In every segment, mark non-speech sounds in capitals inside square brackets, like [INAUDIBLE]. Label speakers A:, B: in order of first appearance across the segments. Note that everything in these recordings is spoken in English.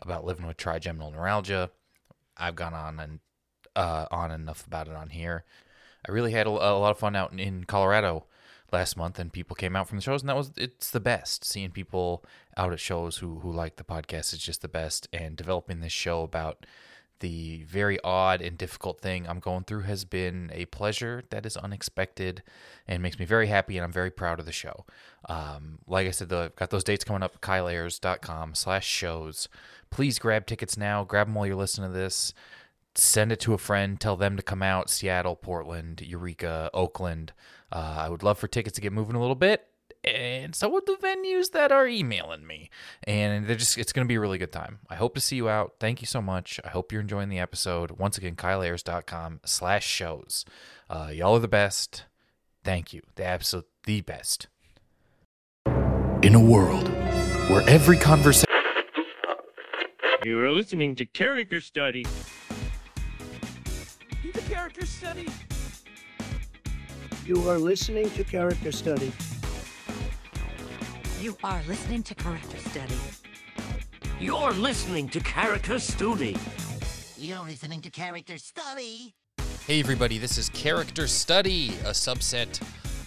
A: about living with trigeminal neuralgia. I've gone on and uh, on enough about it on here. I really had a, a lot of fun out in, in Colorado last month, and people came out from the shows, and that was it's the best. Seeing people out at shows who who like the podcast is just the best, and developing this show about the very odd and difficult thing I'm going through has been a pleasure that is unexpected and makes me very happy, and I'm very proud of the show. Um, like I said, though, I've got those dates coming up, kyleayers.com slash shows. Please grab tickets now. Grab them while you're listening to this. Send it to a friend. Tell them to come out. Seattle, Portland, Eureka, Oakland. Uh, I would love for tickets to get moving a little bit. And so would the venues that are emailing me. And they're just it's gonna be a really good time. I hope to see you out. Thank you so much. I hope you're enjoying the episode. Once again, kyleayers.com slash shows. Uh, y'all are the best. Thank you. The absolute the best. In a world where every conversation
B: You are listening to Character Study.
C: The character study.
D: You are listening to Character Study.
E: You are listening to Character Study.
C: You're listening to Character Study.
E: You're listening to Character Study.
A: Hey, everybody, this is Character Study, a subset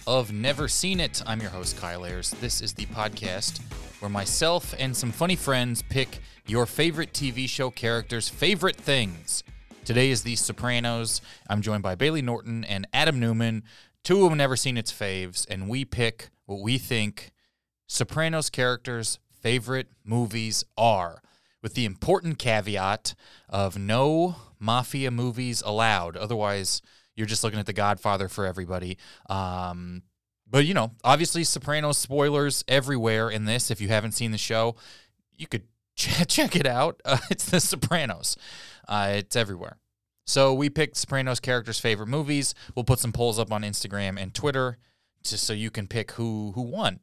A: of Never Seen It. I'm your host, Kyle Ayers. This is the podcast where myself and some funny friends pick your favorite TV show characters' favorite things. Today is The Sopranos. I'm joined by Bailey Norton and Adam Newman, two of them Never Seen It's faves, and we pick what we think Sopranos characters' favorite movies are, with the important caveat of no mafia movies allowed. Otherwise, you're just looking at The Godfather for everybody. Um, but, you know, obviously, Sopranos spoilers everywhere in this. If you haven't seen the show, you could [LAUGHS] ch- check it out. [LAUGHS] Uh, it's The Sopranos, uh, it's everywhere. So we picked Sopranos characters' favorite movies. We'll put some polls up on Instagram and Twitter just so you can pick who who won.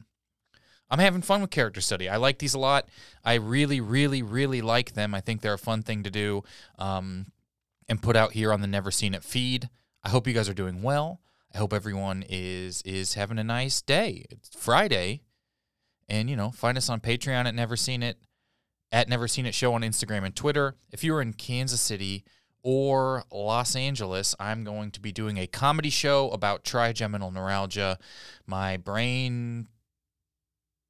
A: I'm having fun with character study. I like these a lot. I really, really, really like them. I think they're a fun thing to do um, and put out here on the Never Seen It feed. I hope you guys are doing well. I hope everyone is is having a nice day. It's Friday, and you know, find us on Patreon at Never Seen It, at Never Seen It Show on Instagram and Twitter. If you are in Kansas City or Los Angeles, I'm going to be doing a comedy show about trigeminal neuralgia. My brain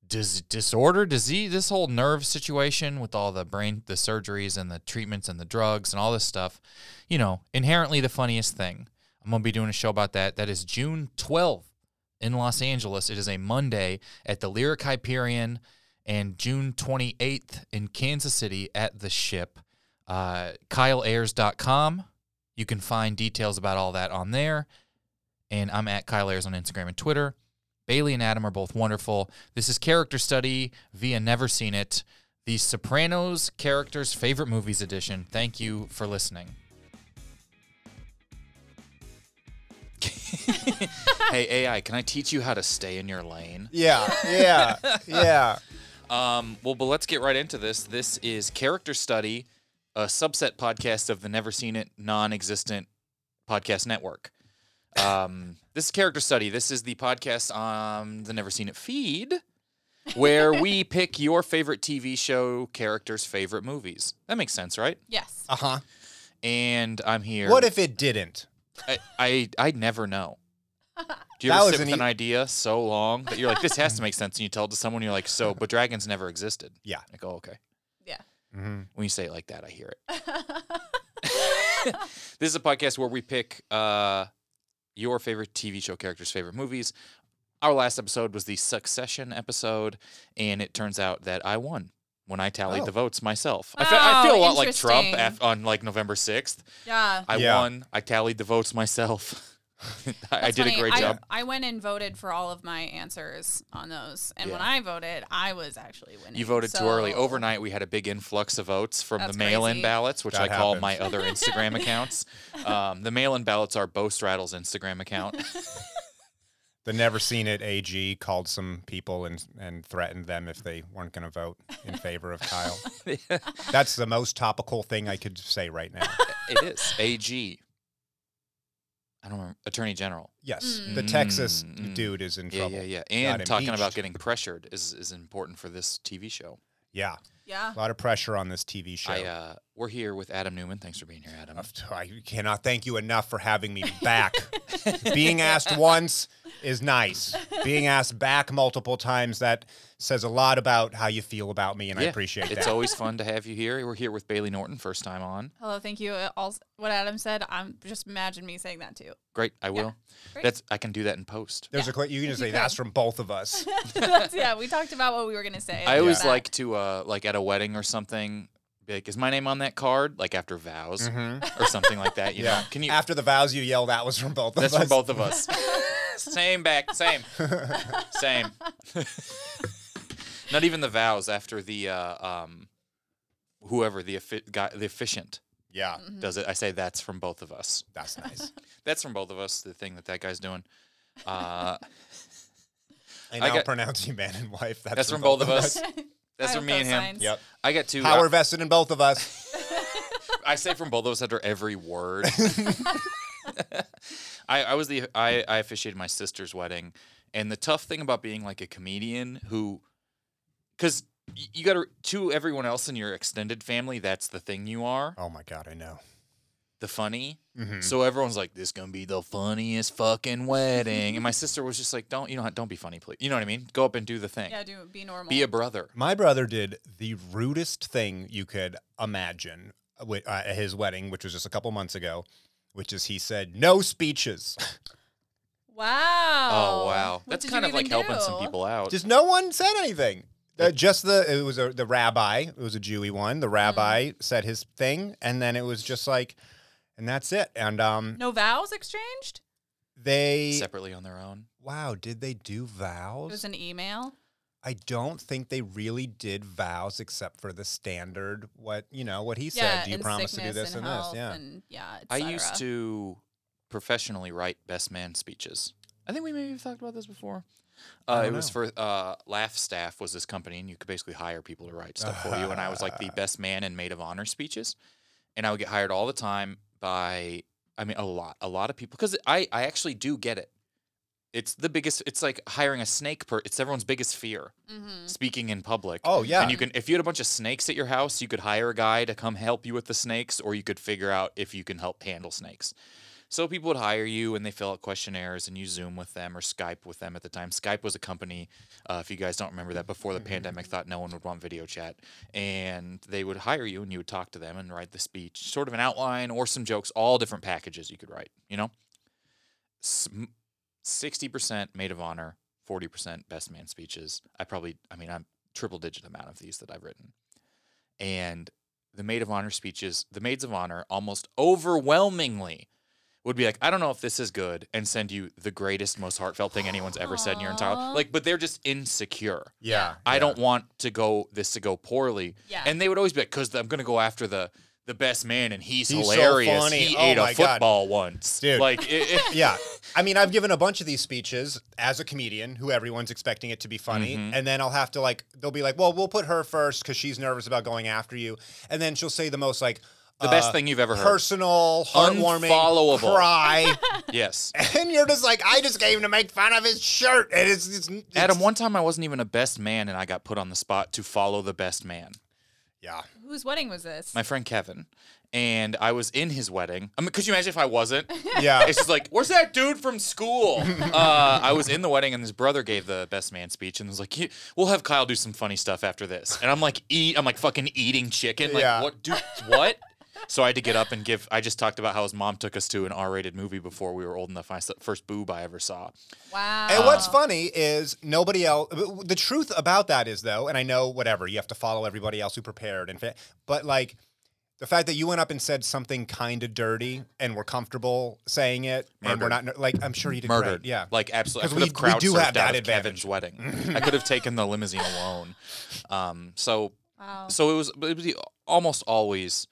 A: dis- disorder, disease, this whole nerve situation with all the brain, the surgeries and the treatments and the drugs and all this stuff, you know, inherently the funniest thing. I'm going to be doing a show about that. That is June 12th in Los Angeles. It is a Monday at the Lyric Hyperion and June 28th in Kansas City at the ship. Uh, KyleAyers.com. You can find details about all that on there. And I'm at Kyle Ayers on Instagram and Twitter. Bailey and Adam are both wonderful. This is Character Study via Never Seen It, the Sopranos Characters Favorite Movies Edition. Thank you for listening. [LAUGHS] hey, AI, can I teach you how to stay in your lane?
F: Yeah, yeah,
A: [LAUGHS]
F: yeah.
A: Um, well, but let's get right into this. This is Character Study, a subset podcast of the Never Seen It non existent podcast network. Um, [LAUGHS] this is Character Study. This is the podcast on the Never Seen It feed where we pick your favorite TV show characters' favorite movies. That makes sense, right?
G: Yes.
F: Uh
A: Uh-huh.
F: huh.
A: And I'm here.
F: What if it didn't?
A: I, I, I'd never know. Do you
F: That
A: ever
F: was
A: sit
F: an
A: with an
F: e-
A: idea so long that you're like, this has to make sense? And you tell it to someone, you're like, so, but dragons never existed.
F: Yeah.
A: Like, oh, okay.
G: Yeah.
A: When you say it like that, I hear it. [LAUGHS]
G: [LAUGHS]
A: this is a podcast where we pick uh, your favorite TV show characters' favorite movies. Our last episode was the Succession episode, and it turns out that I won when I tallied
F: Oh.
A: the votes myself. I, fe- I feel a
G: Oh,
A: lot like Trump
G: interesting.
A: af- on like November sixth.
G: Yeah.
A: I
F: Yeah.
A: won. I tallied the votes myself. [LAUGHS]
G: That's
H: I did
G: funny.
H: a great
G: I,
H: job.
G: I went and voted for all of my answers on those, and when
H: Yeah.
G: I voted, I was actually winning.
A: You voted too early.
G: so-
A: Overnight, we had a big influx of votes from
G: That's
A: the mail-in
G: crazy.
A: ballots, which
F: That
A: I call my
F: happens.
A: other
G: [LAUGHS]
A: Instagram accounts. Um, the mail-in ballots are Bo Straddle's Instagram
G: [LAUGHS]
A: account. [LAUGHS]
F: The never seen it AG called some people and and threatened them if they weren't going to vote in favor of
A: [LAUGHS]
F: Kyle. That's the most topical thing I could say right now.
A: it is AG. I don't remember. Attorney General.
F: Yes, the Texas
A: Mm, mm.
F: dude is in
A: Yeah,
F: trouble.
A: yeah, yeah. And talking about
F: impeached.
A: getting pressured is, is important for this TV show.
F: Yeah,
G: Yeah.
F: a lot of pressure on this TV show.
A: I uh, we're here with Adam Newman. Thanks for being here, Adam.
F: I cannot thank you enough for
A: [LAUGHS]
F: having me back. Being asked once is nice. Being asked back multiple times that says a lot about how you feel about me, and I
A: Yeah,
F: appreciate
A: It's
F: that.
A: always
F: [LAUGHS]
A: fun to have you here. We're here with Bailey Norton, first time on.
G: Hello, thank you. Uh, All what Adam said, I'm just imagine me saying that too.
A: Great, I will.
G: great.
A: That's I can do that in post.
F: There's a quick. You can just say that's from both of us.
G: That's- yeah, we talked about what we were gonna say.
A: I always
G: But-
A: like to uh like at a wedding or something. Be like, is my name on that card? Like after vows or something like that. You [LAUGHS]
F: Yeah.
A: know? Can you?
F: After the vows you yell, that was from both
A: that's
F: of
A: for
F: us.
A: both of [LAUGHS] us. same back, same, [LAUGHS] same. [LAUGHS] Not even the vows after the uh, um, whoever the effi- guy, the efficient
F: [LAUGHS] Yeah,
G: Mm.
A: does it. I say that's from both of us.
F: that's nice.
A: That's from both of us. The thing that that guy's doing. [LAUGHS] Uh,
F: I
A: I
F: now
A: got-
F: pronounce you man and wife. That's,
A: that's from both of us. That's
G: I
A: from
G: love
A: me and
G: those
A: him.
G: signs.
F: Yep.
A: I got two.
F: Power vested in both
A: [LAUGHS]
F: of us.
A: I say from both of us under every word. I, I was the I, I officiated my sister's wedding, and the tough thing about being like a comedian who, because you got to to everyone else in your extended family, that's the thing you are,
F: Oh my god, I know.
A: the funny. So everyone's like, "This gonna be the funniest fucking wedding," and my sister was just like, "Don't you know? Don't be funny, please. You know what I mean? Go up and do the thing.
G: Yeah, do be normal.
A: be a brother."
F: My brother did the rudest thing you could imagine wi- uh, at his wedding, which was just a couple months ago, which is he said, no speeches.
G: wow.
A: Oh wow,
G: What
A: that's
G: did you
A: kind of like
G: even
A: helping some
G: do?
A: people out.
F: just no one said anything. Uh, just the, it was a, the rabbi, it was a Jewy one.
G: Mm-hmm.
F: The rabbi said his thing, and then it was just like, and that's it. And um,
G: No vows exchanged.
F: they,
A: separately on their own.
F: wow, did they do
G: It
F: vows?
G: was an email.
F: I don't think they really did vows except for the standard, what, you know, what he
G: yeah,
F: said. Do you
G: and
F: promise to do
G: sickness
F: this and, this?
G: health
F: Yeah.
G: And, yeah. uh, et
A: I used
G: cetera.
A: to professionally write best man speeches. I think we maybe have talked about this before.
F: I
A: Uh,
F: don't
A: it was
F: know.
A: for uh, Laugh Staff was this company, and you could basically hire people to write stuff for you. And I was like
F: [LAUGHS]
A: the best man and maid of honor speeches, and I would get hired all the time by, I mean, a lot, a lot of people because I, I actually do get it. It's the biggest. It's like hiring a snake. Per, it's everyone's biggest fear, speaking in public.
F: Oh, yeah.
A: And you can, if you had a bunch of snakes at your house, you could hire a guy to come help you with the snakes, or you could figure out if you can help handle snakes. So people would hire you, and they fill out questionnaires, and you Zoom with them or Skype with them at the time. Skype was a company, uh, if you guys don't remember that, before the
F: Mm-hmm.
A: pandemic, thought no one would want video chat, and they would hire you, and you would talk to them and write the speech, sort of an outline or some jokes, all different packages you could write. You know, sixty percent maid of honor, forty percent best man speeches. I probably, I mean, I'm triple digit amount of these that I've written, and the maid of honor speeches, the maids of honor, almost overwhelmingly would be like, I don't know if this is good, and send you the greatest, most heartfelt thing anyone's ever said in your entire
G: Aw.
A: like, but they're just insecure.
F: Yeah.
A: I
F: yeah.
A: don't want to go this to go poorly.
G: Yeah.
A: And they would always be like, because I'm gonna go after the the best man, and he's,
F: He's so
A: hilarious.
F: funny.
A: He
F: Oh
A: ate
F: my
A: a
F: God.
A: football once,
F: Dude.
A: Like, it, it-
F: [LAUGHS] yeah. I mean, I've given a bunch of these speeches as a comedian who everyone's expecting it to be funny.
A: Mm-hmm.
F: And then I'll have to, like, they'll be like, well, we'll put her first because she's nervous about going after you. And then she'll say the most, like, uh,
A: The best thing you've ever heard.
F: Personal, heartwarming,
A: Unfollowable.
F: cry.
A: yes.
F: and you're just like, I just came to make fun of his shirt. And it's, it's, it's
A: Adam, one time I wasn't even a best man and I got put on the spot to follow the best man,
F: Yeah.
G: Whose wedding was this?
A: my friend Kevin. And I was in his wedding. I mean, could you imagine if I
F: [LAUGHS]
A: wasn't?
F: Yeah.
A: It's just like, where's that dude from school? Uh, I was in the wedding and his brother gave the best man speech and was like, "You- we'll have Kyle do some funny stuff after this. And I'm like, eat, I'm like fucking eating chicken. Like,
F: Yeah.
A: what, dude, what? So I had to get up and give. I just talked about how his mom took us to an R-rated movie before we were old enough. I s- first boob I ever saw.
G: wow.
F: And what's funny is nobody else. The truth about that is though, and I know whatever you have to follow everybody else who prepared and, fa- but like the fact that you went up and said something kind of dirty and we're comfortable saying it and we're
A: Murdered.
F: not like I'm sure you did
A: murdered.
F: Right. Yeah.
A: like absolutely. I
F: 'Cause
A: could have
F: we- we
A: crowd
F: do
A: surfed
F: have
A: out
F: that
A: of
F: advantage.
A: Kevin's wedding.
F: [LAUGHS]
A: I could have taken the limousine alone. Um, so
G: Wow.
A: so it was, but it was the- almost always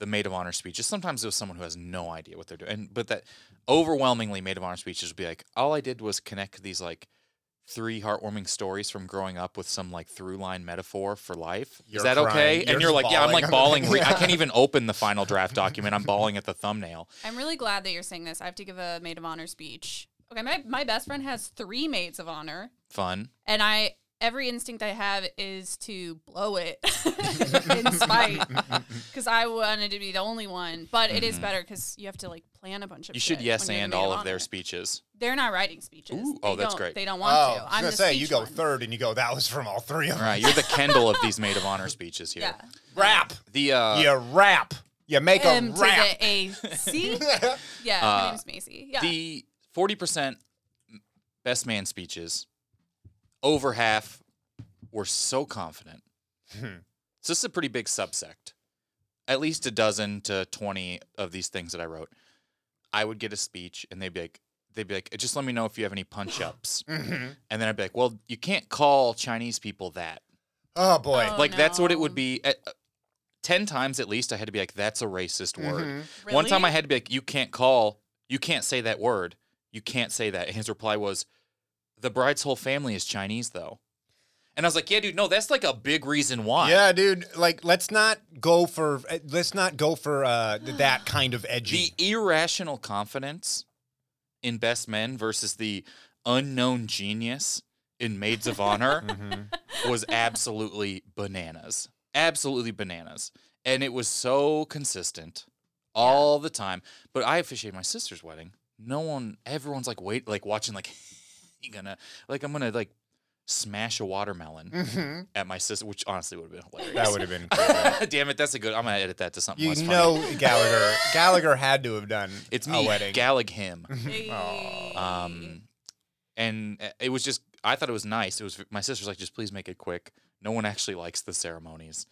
A: the maid of honor speeches. Sometimes it was someone who has no idea what they're doing, and, but that overwhelmingly maid of honor speeches would be like, all I did was connect these like three heartwarming stories from growing up with some like through line metaphor for life. Is
F: You're
A: that
F: crying.
A: okay?
F: You're
A: and you're like, yeah, I'm like
F: bawling.
A: bawling. re- I can't
F: [LAUGHS]
A: even open the final draft document. I'm bawling at the thumbnail.
G: I'm really glad that you're saying this. I have to give a maid of honor speech. Okay, my, my best friend has three maids of honor,
A: Fun.
G: and I every instinct I have is to blow it [LAUGHS]
F: [LAUGHS]
G: in spite because I wanted to be the only one. But it
F: Mm-hmm.
G: is better because you have to like plan a bunch of.
A: You should
G: shit
A: yes
G: when you're the
A: and
G: maid
A: all of their
G: honor.
A: speeches.
G: They're not writing speeches.
A: Ooh,
G: They
A: oh, that's
G: don't-
A: great.
G: They don't
F: Oh, I
G: want to.
F: was
G: I'm
F: gonna
G: the
F: say
G: speech
F: you go
G: one. [LAUGHS]
F: third and you go. That was from all three of them.
A: Right, you're the Kendall of these maid of honor speeches here.
G: Yeah.
F: Rap.
A: The uh,
F: you rap. You make
G: M
F: a
G: Um, to
F: rap.
G: the A
F: [LAUGHS]
G: C. Yeah,
A: Uh,
G: my name's Macy. Yeah.
A: the forty percent best man speeches, over half were so confident. So this is a pretty big subsect. At least a dozen to twenty of these things that I wrote. I would get a speech and they'd be like they'd be like, just let me know if you have any punch ups. And then I'd be like, Well, you can't call Chinese people that.
F: Oh boy.
G: Oh,
A: like that's what it
G: no.
A: would be at, uh, 10 times at least i had to be like that's a racist word one
G: Really?
A: time i had to be like you can't call you can't say that word you can't say that and his reply was the bride's whole family is chinese though and i was like yeah dude no that's like a big reason why
F: Yeah, dude. Like, let's not go for uh, let's not go for uh, th- that kind of
A: the
F: edgy.
A: irrational confidence in best men versus the unknown genius in maids of
F: [LAUGHS]
A: honor
F: Mm-hmm.
A: was absolutely bananas absolutely bananas and it was so consistent all the time but i officiated my sister's wedding no one everyone's like wait like watching like [LAUGHS] you gonna like i'm gonna like smash a watermelon at my sister which honestly would have been hilarious
F: Mm. Mm-hmm. that would have been. Cool.
A: [LAUGHS] damn it that's a good i'm gonna edit that to something less
F: you
A: funny.
F: know, Gallagher. Gallagher had to have done
A: It's
F: a
A: me,
F: wedding.
A: Gallag
F: [LAUGHS]
A: him. [LAUGHS]
G: Hey.
A: Um, and uh, it was just, I thought it was nice. It was my sister's like, just please make it quick. No one actually likes the ceremonies.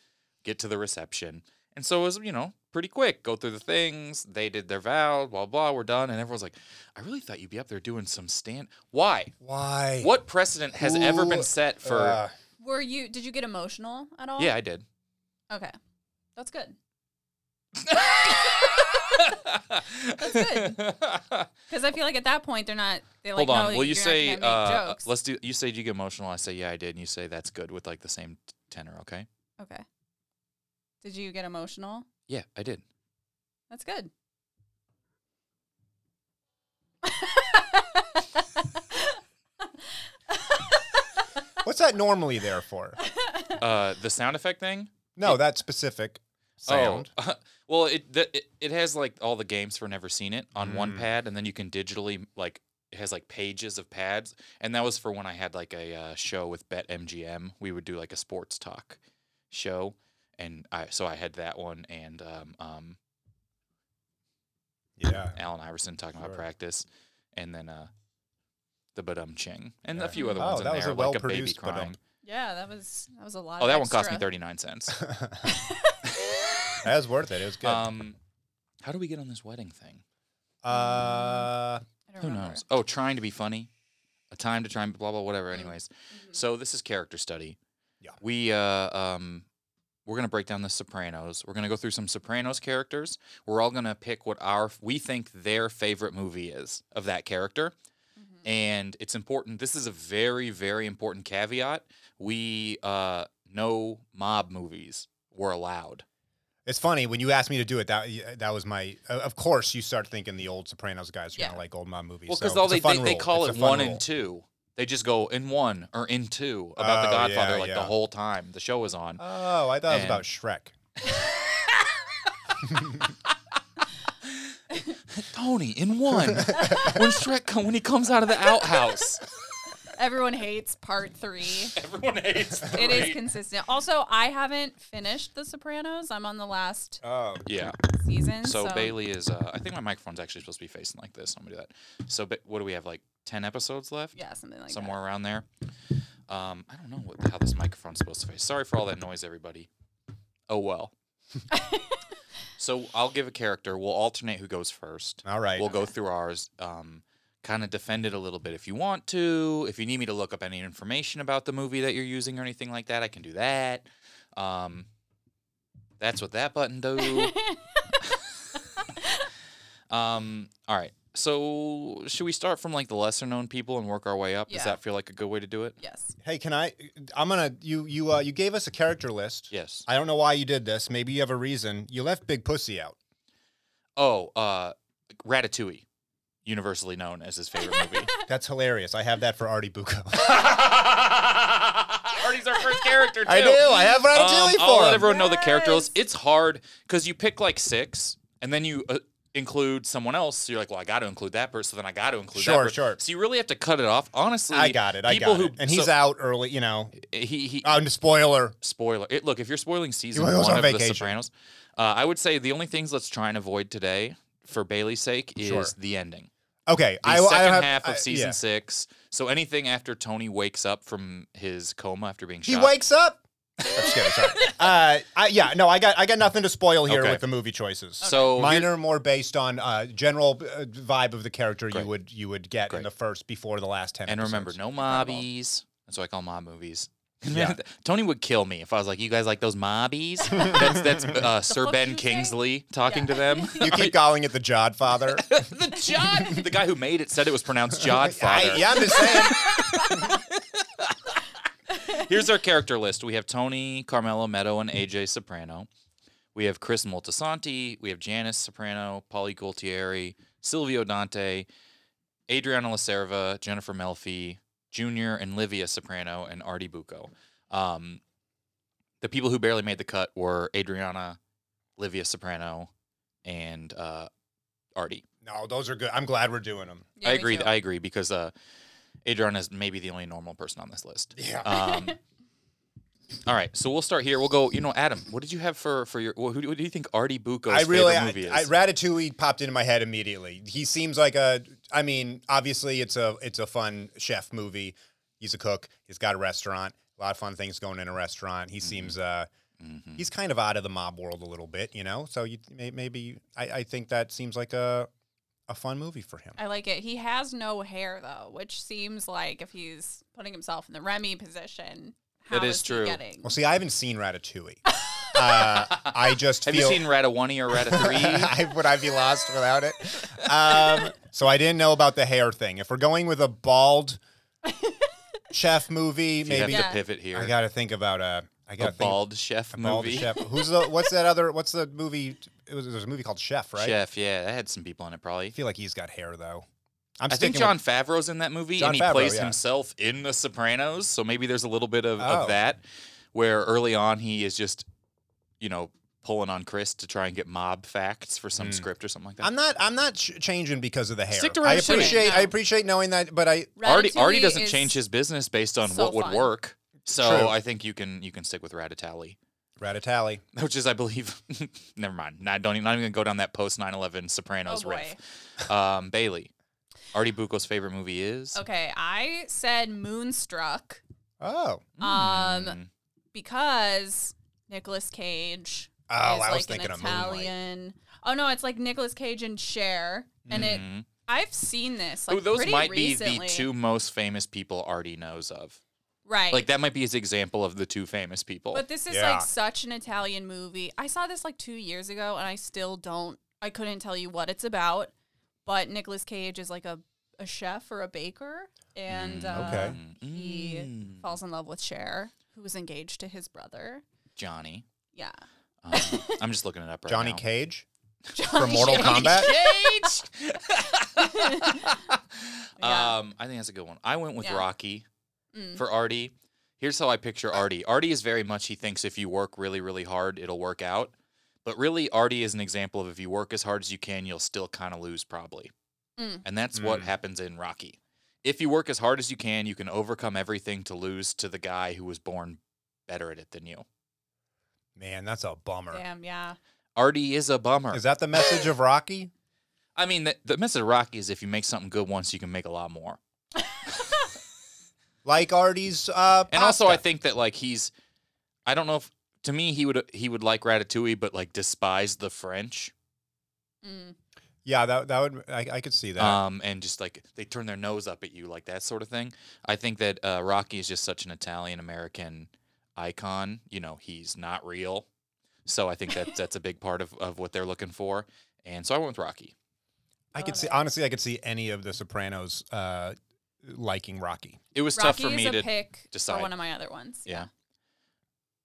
A: Get to the reception, and so it was, you know, pretty quick. Go through the things. They did their vow, blah blah. We're done, and everyone's like, I really thought you'd be up there doing some stand. Why?
F: Why?
A: What precedent has ever
F: Ooh,
A: been set for?
F: uh,
G: Were you? Did you get emotional at all?
A: yeah, I
G: [LAUGHS]
A: did.
G: Okay, that's good.
A: That's [LAUGHS]
G: good. Because I feel like at that point they're not. They like.
A: Hold on.
G: know
A: Will you
G: you're not
A: say?
G: gonna make
A: Uh,
G: jokes.
A: let's do. You say, "Do you get emotional?" I say, "Yeah, I did." And you say, "That's good," with like the same t- tenor. Okay.
G: Okay. Did you get emotional?
A: Yeah, I did.
G: That's good.
F: what's that normally there for?
A: Uh, the sound effect thing.
F: No, that specific sound.
A: Oh, well, it, the, it it has like all the games for never seen it on
F: Hmm.
A: one pad, and then you can digitally like it has like pages of pads, and that was for when I had like a uh, show with Bet MGM. We would do like a sports talk show, and I so I had that one and um, um,
F: Yeah.
A: Allen Iverson talking
F: Sure.
A: about practice, and then uh, the Badum Ching, and
F: Yeah.
A: a few other
F: Oh,
A: ones in
F: that was
A: there,
F: a
A: like a baby
F: well-produced Badum.
A: crying.
G: yeah, that was that was a lot.
A: Oh,
G: of
A: that one cost me
G: extra.
A: thirty nine cents.
F: that was worth it. It was [LAUGHS] good.
A: um, how do we get on this wedding thing?
F: uh,
G: I don't
A: Who
G: remember.
A: knows? Oh, trying to be funny, a time to try and blah blah whatever. Anyways,
G: Mm-hmm.
A: so this is character study.
F: Yeah.
A: we uh um we're gonna break down the Sopranos. We're gonna go through some Sopranos characters. We're all gonna pick what our we think their favorite movie is of that character.
G: Mm-hmm.
A: And it's important. This is a very, very important caveat. We uh, no mob movies were allowed.
F: It's funny when you asked me to do it. That that was my. Uh, of course, you start thinking the old Sopranos guys are
G: Yeah.
F: gonna like old mom movies.
A: Well, because
F: so
A: all
F: it's a
A: they,
F: fun
A: they, they
F: rule.
A: call
F: It's
A: it
F: a fun
A: one
F: rule.
A: and two. They just go in one or in two about the
F: Oh, yeah,
A: Godfather, like the
F: yeah.
A: whole time the show is on.
F: Oh, I thought it was
A: And-
F: about Shrek.
A: Tony in one
F: [LAUGHS]
A: when Shrek come, when he comes out of the outhouse.
G: Everyone hates part three.
A: [LAUGHS] Everyone hates.
G: It is consistent. Also, I haven't finished The Sopranos. I'm on the last
F: Oh,
A: Yeah.
G: season.
A: So
G: So,
A: Bailey is. Uh, I think my microphone's actually supposed to be facing like this. I'm gonna do that. So, but what do we have? Like ten episodes left?
G: Yeah, something like
A: somewhere around there. Um, I don't know what,
G: [LAUGHS]
A: how this microphone's supposed to face. Sorry for all that noise, everybody. Oh well. So I'll give a character. We'll alternate who goes first.
F: All right.
A: We'll go through ours. Um, kind of defend it a little bit if you want to. If you need me to look up any information about the movie that you're using or anything like that, I can do that. Um, that's what that button do. um, all right. So should we start from like the lesser known people and work our way up? Does
G: Yeah.
A: that feel like a good way to do it?
G: Yes.
F: Hey, can I? I'm gonna. You you uh, you gave us a character list.
A: Yes.
F: I don't know why you did this. Maybe you have a reason. You left Big Pussy out.
A: Oh, uh, Ratatouille, universally known as his favorite movie.
F: That's hilarious. I have that for Artie Bucco.
A: [LAUGHS] Artie's our first [LAUGHS] character too.
F: I do. I have Ratatouille
A: Um,
F: for
A: I'll
F: him.
A: let everyone know the character list.
G: Yes.
A: It's hard because you pick like six, and then you uh, include someone else. So you're like, well, I got to include that person. So then I got to include that
F: Sure,
A: person.
F: sure.
A: So you really have to cut it off. Honestly,
F: I got it. I
A: people
F: got
A: who,
F: it. And he's
A: so-
F: out early. You know.
A: He he.
F: Oh, and spoiler.
A: spoiler. It, look, if you're spoiling season
F: He was
A: one
F: on
A: of The
F: vacation.
A: Sopranos, uh, I would say the only things let's try and avoid today, for Bailey's sake, is
F: Sure.
A: the ending
F: Okay.
A: the
F: I, I
A: second
F: have,
A: half
F: I-
A: of season
F: yeah.
A: six. So anything after Tony wakes up from his coma after being
F: He
A: shot. [LAUGHS]
F: wakes up. I'm just kidding, sorry. [LAUGHS] Uh, I, yeah, no, I got I got nothing to spoil here
A: Okay.
F: with the movie choices.
A: So here-
F: mine are more based on uh, general uh, vibe of the character
A: Great.
F: you would you would get
A: Great.
F: in the first before the last ten.
A: and remember,
F: episodes.
A: no mobbies. That's what I call mob movies. [LAUGHS]
F: Yeah.
A: Tony would kill me if I was like, "You guys like those mobbies?" that's that's uh, Sir
G: fuck
A: Ben
G: you say?
A: Kingsley talking to
G: Yeah.
A: them. [LAUGHS]
F: You [LAUGHS] keep calling it the Jodfather.
A: the Jod, [LAUGHS] the guy who made it said it was
F: [LAUGHS]
A: pronounced Jodfather.
F: I, yeah, I'm just saying.
A: Here's our character list. We have Tony, Carmelo, Meadow, and AJ Soprano. We have Chris Moltisanti. We have Janice Soprano, Polly Gualtieri, Silvio Dante, Adriana Lacerva, Jennifer Melfi, Junior, and Livia Soprano, and Artie Bucco. Um, the people who barely made the cut were Adriana, Livia Soprano, and uh, Artie.
F: No, those are good. I'm glad we're doing them.
G: Yeah,
A: I
G: me
A: agree.
G: too.
A: I agree because uh, Adriana is maybe the only normal person on this list.
F: Yeah.
A: Um, all right, so we'll start here. We'll go. You know, Adam, what did you have for for your? Who, who do you think Artie Bucco's
F: I really,
A: favorite
F: I,
A: movie
F: I,
A: is?
F: Ratatouille popped into my head immediately. He seems like a. I mean, obviously, it's a it's a fun chef movie. He's a cook. He's got a restaurant. A lot of fun things going in a restaurant. He
A: Mm-hmm.
F: seems uh,
A: Mhm.
F: he's kind of out of the mob world a little bit, you know. So you may, maybe I, I think that seems like a a fun movie for him.
G: I like it. He has no hair though, which seems like if he's putting himself in the Remy position, how
A: That is
G: he
A: true.
G: getting?
F: Well, see, I haven't seen Ratatouille. uh, I just
A: have you
F: feel,
A: seen Rata One or Rata
F: [LAUGHS]
A: Three?
F: I, would I be lost without it? Um, so I didn't know about the hair thing. If we're going with a bald chef movie,
A: you have
F: maybe
G: Yeah.
A: to pivot here.
F: I got to think about a. I got
A: a
F: to think
A: bald chef
F: a bald
A: movie.
F: chef. Who's the? What's that other? What's the movie? It was there's a movie called Chef, right?
A: Chef, yeah, that had some people in it probably.
F: I feel like he's got hair though. I'm
A: I think
F: sticking
A: John
F: With,
A: Favreau's in that movie,
F: Jon
A: and he
F: Favreau,
A: plays
F: yeah.
A: himself in The Sopranos. So maybe there's a little bit of,
F: Oh.
A: of that, where early on he is just, you know, pulling on Chris to try and get mob facts for some script or something like that.
F: Mm. I'm not. I'm not ch- changing because of the hair.
A: Stick to
F: I
A: Ratatouille.
F: appreciate. I
G: No.
F: appreciate knowing that, but I.
A: Artie, Artie
G: Ratatouille
A: doesn't
G: is-
A: change his business based on
G: so
A: what would
G: fun.
A: work. So
F: True.
A: I think you can you can stick with Ratatouille, [LAUGHS]
F: Ratatouille.
A: which is I believe. [LAUGHS] never mind. I don't even, not even gonna go down that post 9/11 Sopranos
G: Oh, boy.
A: riff. Um, Bailey, Artie Bucco's favorite movie is.
G: Okay, I said Moonstruck
F: Oh.
G: um, because Nicolas Cage
F: Oh,
G: is
F: I
G: like
F: was
G: an
F: thinking of Moonlight.
G: Italian. Oh no, it's like Nicolas Cage and Cher, and
F: Hmm.
G: it.
A: Mhm.
G: I've seen this. Like,
A: Ooh, those
G: pretty
A: might
G: recently.
A: be the two most famous people Artie knows of.
G: Right.
A: Like that might be his example of the two famous people.
G: But this is
F: Yeah.
G: like such an Italian movie. I saw this like two years ago, and I still don't. I couldn't tell you what it's about. But Nicolas Cage is like a, a chef or a baker, and
A: Mm,
F: Hmm, okay.
G: um, he [LAUGHS]
A: Mm.
G: falls in love with Cher, who is engaged to his brother.
A: Johnny.
G: Yeah, [LAUGHS]
A: Um, I'm just looking it up right
F: Johnny
A: now.
F: Cage
G: Johnny
F: from Mortal
G: Cage.
F: Kombat.
A: Cage.
G: [LAUGHS] Yeah.
A: Um, I think that's a good one. I went with
G: Yeah.
A: Rocky
G: Mm.
A: for Artie. Here's how I picture Artie. Artie is very much he thinks if you work really, really hard, it'll work out. But really, Artie is an example of if you work as hard as you can, you'll still kind of lose probably.
G: Mm.
A: And that's what
F: Mm.
A: happens in Rocky. If you work as hard as you can, you can overcome everything to lose to the guy who was born better at it than you.
F: Man, that's a bummer.
G: Damn, yeah.
A: Artie is a bummer.
F: Is that the message of Rocky?
A: I mean, the, the message of Rocky is if you make something good once, you can make a lot more.
F: Like uh, Artie's uh
A: and also I
F: pasta.
A: think that like he's I don't know if to me he would he would like Ratatouille but like despise the French.
G: Mm.
F: Yeah, that that would I, I could see that.
A: Um, and just like they turn their nose up at you, like that sort of thing. I think that uh, Rocky is just such an Italian American icon. You know, he's not real, so I think
G: [LAUGHS]
A: that that's a big part of, of what they're looking for. And so I went with Rocky.
F: I could
G: Love
F: see
G: it.
F: honestly, I could see any of the Sopranos uh, liking Rocky.
A: It was tough
G: Rocky
A: for
G: is
A: me
G: a
A: to.
G: pick
A: decide.
G: for one of my other ones.
A: Yeah.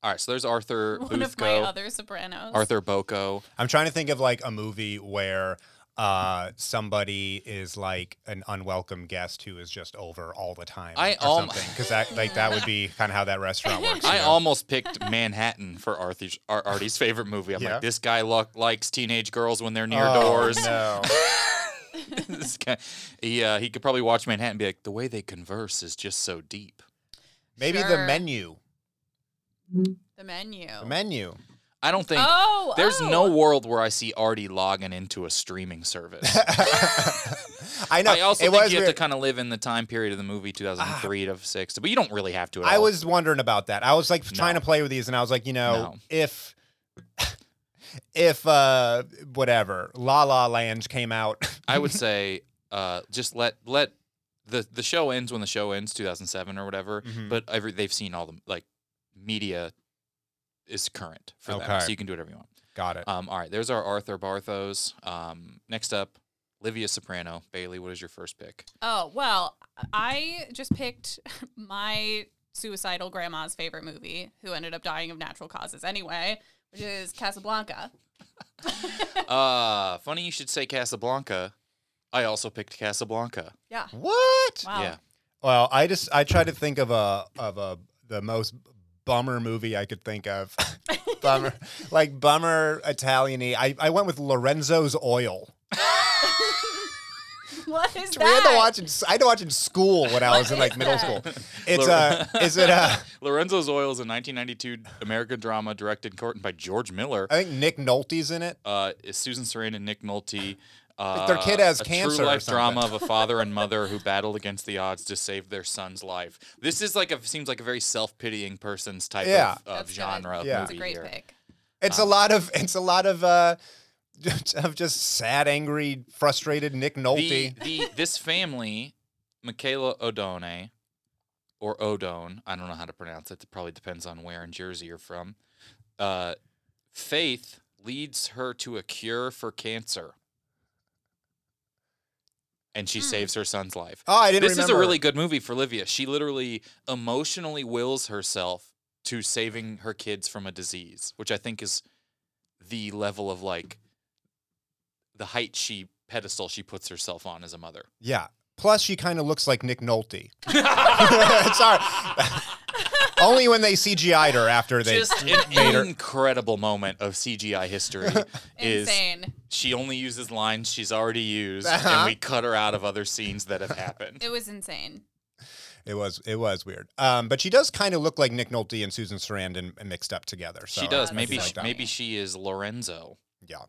A: All right, so there's Arthur
G: [LAUGHS] One of my
A: Boothko,
G: other Sopranos.
A: Arthur Boko.
F: I'm trying to think of like a movie where uh, somebody is like an unwelcome guest who is just over all the time.
A: I
F: or
A: alm-
F: something because that like that would be kind of how that restaurant works. you
A: I
F: know?
A: almost picked Manhattan for Arthur's Ar- Artie's favorite movie. I'm
F: Yeah.
A: like, this guy lo- likes teenage girls when they're near
F: Oh,
A: doors.
G: [LAUGHS]
F: No.
A: [LAUGHS] this guy, he uh, he could probably watch Manhattan and be like, the way they converse is just so deep.
F: Maybe the
G: Sure.
F: menu.
G: The menu.
F: The menu.
G: [LAUGHS]
F: [LAUGHS]
A: I don't think
G: Oh,
A: there's
G: oh.
A: no world where I see Artie logging into a streaming service.
F: [LAUGHS] I know.
A: I also
F: it
A: think
F: was
A: you have
F: weird. Ah.
A: to kind of live in the time period of the movie 2003 to 6, but you don't really have to. At
F: I
A: all.
F: was wondering about that. I was like trying
A: No.
F: to play with these, and I was like, you know,
A: No.
F: if [LAUGHS] if uh whatever La La Land came out,
A: I
F: [LAUGHS]
A: would say uh, just let let the the show ends when the show ends 2007 or whatever.
F: Mhm.
A: But every they've seen all the like media is current for them,
F: Okay.
A: so you can do whatever you want.
F: got it.
A: Um, all right, there's our Arthur Barthos. Um, next up, Livia Soprano. Bailey, what is your first pick?
G: Oh, well, I just picked [LAUGHS] my suicidal grandma's favorite movie, who ended up dying of natural causes anyway, which is Casablanca.
A: uh, funny you should say Casablanca. I also picked Casablanca.
G: Yeah.
F: what?
G: Wow.
A: Yeah.
F: Well, I just I tried to think of a of a the most bummer movie I could think of. [LAUGHS] bummer, like bummer Italian-y. I I went with Lorenzo's Oil.
G: [LAUGHS] What is
F: We had to
G: that?
F: watch. In, I had to watch in school when I was in like middle school. It's uh,
A: Lor-
F: is it uh?
A: Lorenzo's Oil is a 1992 American drama directed and written by George Miller.
F: I think Nick Nolte's in it.
A: uh, is Susan Sarandon and Nick Nolte. Uh,
F: Like, their kid has
A: a
F: cancer
A: True
F: or
A: life drama of
F: something.
A: a father and mother who battled against the odds to save their son's life. This is like a seems like a very self pitying person's type
F: Yeah.
A: of, of
G: That's good.
A: genre. Of
F: Yeah.
G: That's a
A: movie
G: great
A: here.
G: pick.
F: It's a lot of it's a lot of uh [LAUGHS] of just sad, angry, frustrated Nick
A: The,
F: Nolte.
A: the this family, Michaela Odone, or Odone, I don't know how to pronounce it. It probably depends on where in Jersey you're from. Uh, Faith leads her to a cure for cancer, and
G: Hmm.
A: she saves her son's life.
F: oh, I didn't
A: this
F: remember.
A: is a really good movie for Livia. She literally emotionally wills herself to saving her kids from a disease, which I think is the level of like the height she pedestal she puts herself on as a mother.
F: yeah. Plus, she kind of looks like Nick
A: [LAUGHS]
F: Nolte. [LAUGHS] Sorry. [LAUGHS] Only when they CGI'd her after they
A: Just
F: [LAUGHS] made her.
A: an incredible moment of CGI history is
G: Insane.
A: she only uses lines she's already used
F: Uh-huh.
A: and we cut her out of other scenes that have happened.
F: [LAUGHS]
G: It was insane.
F: It was it was weird. Um, but she does kind of look like Nick Nolte and Susan Sarandon mixed up together. So
A: she
F: I
A: does.
F: do
A: Maybe
F: like
A: she,
F: that.
A: maybe she is Lorenzo.
F: Yeah.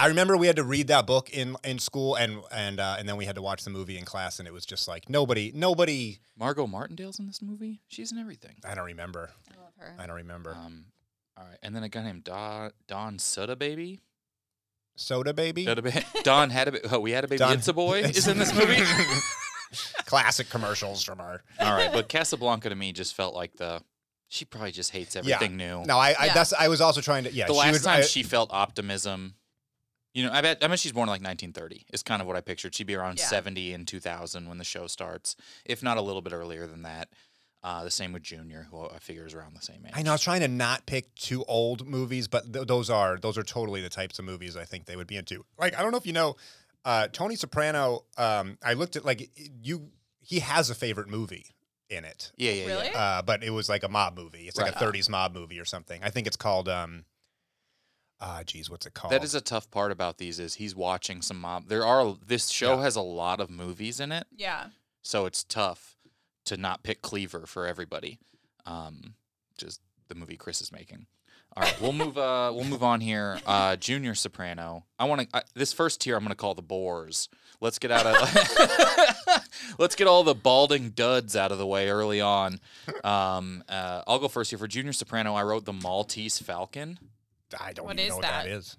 F: I remember we had to read that book in in school, and and uh, and then we had to watch the movie in class, and it was just like nobody nobody.
A: Margot Martindale's in this movie. She's in everything.
F: I don't remember.
G: I love her.
F: I don't remember.
A: Um, all right, and then a guy named Don Don Soda Baby.
F: Soda baby.
A: Soda Baby. Don had a ba- [LAUGHS] oh, we had a baby.
F: Don-
A: It's a
F: [LAUGHS]
A: boy is in this movie.
F: Classic commercials from her.
A: all right, but Casablanca to me just felt like the she probably just hates everything new.
F: No, I, I
G: Yeah.
F: that's I was also trying to yeah.
A: the
F: she
A: last
F: would-
A: time
F: I-
A: she felt optimism, you know, I bet I bet she's born in like 1930 is kind of what I pictured. She'd be around
G: Yeah.
A: 70 in 2000 when the show starts, if not a little bit earlier than that. Uh, the same with Junior, who I figure is around the same age.
F: I know I was trying to not pick too old movies, but th- those are those are totally the types of movies I think they would be into. Like I don't know if you know, uh, Tony Soprano. Um, I looked at like you. He has a favorite movie in it,
A: Yeah, yeah,
G: Really?
A: yeah.
F: uh, but it was like a mob movie. It's like
A: Right.
F: a '30s mob movie or something. I think it's called. Um, ah, geez, what's it called?
A: That is a tough part about these is he's watching some mob. There are this show
F: Yeah.
A: has a lot of movies in it,
G: Yeah.
A: so it's tough to not pick Cleaver for everybody. Um, just the movie Chris is making. All right, we'll move. Uh, we'll move on here. Uh, Junior Soprano. I want to. This first tier, I'm going to call the bores. Let's get out of. [LAUGHS] let's get all the balding duds out of the way early on. Um, uh, I'll go first here for Junior Soprano. I wrote the Maltese Falcon.
F: I don't
G: What
F: even
G: is
F: know what
G: that?
F: that is.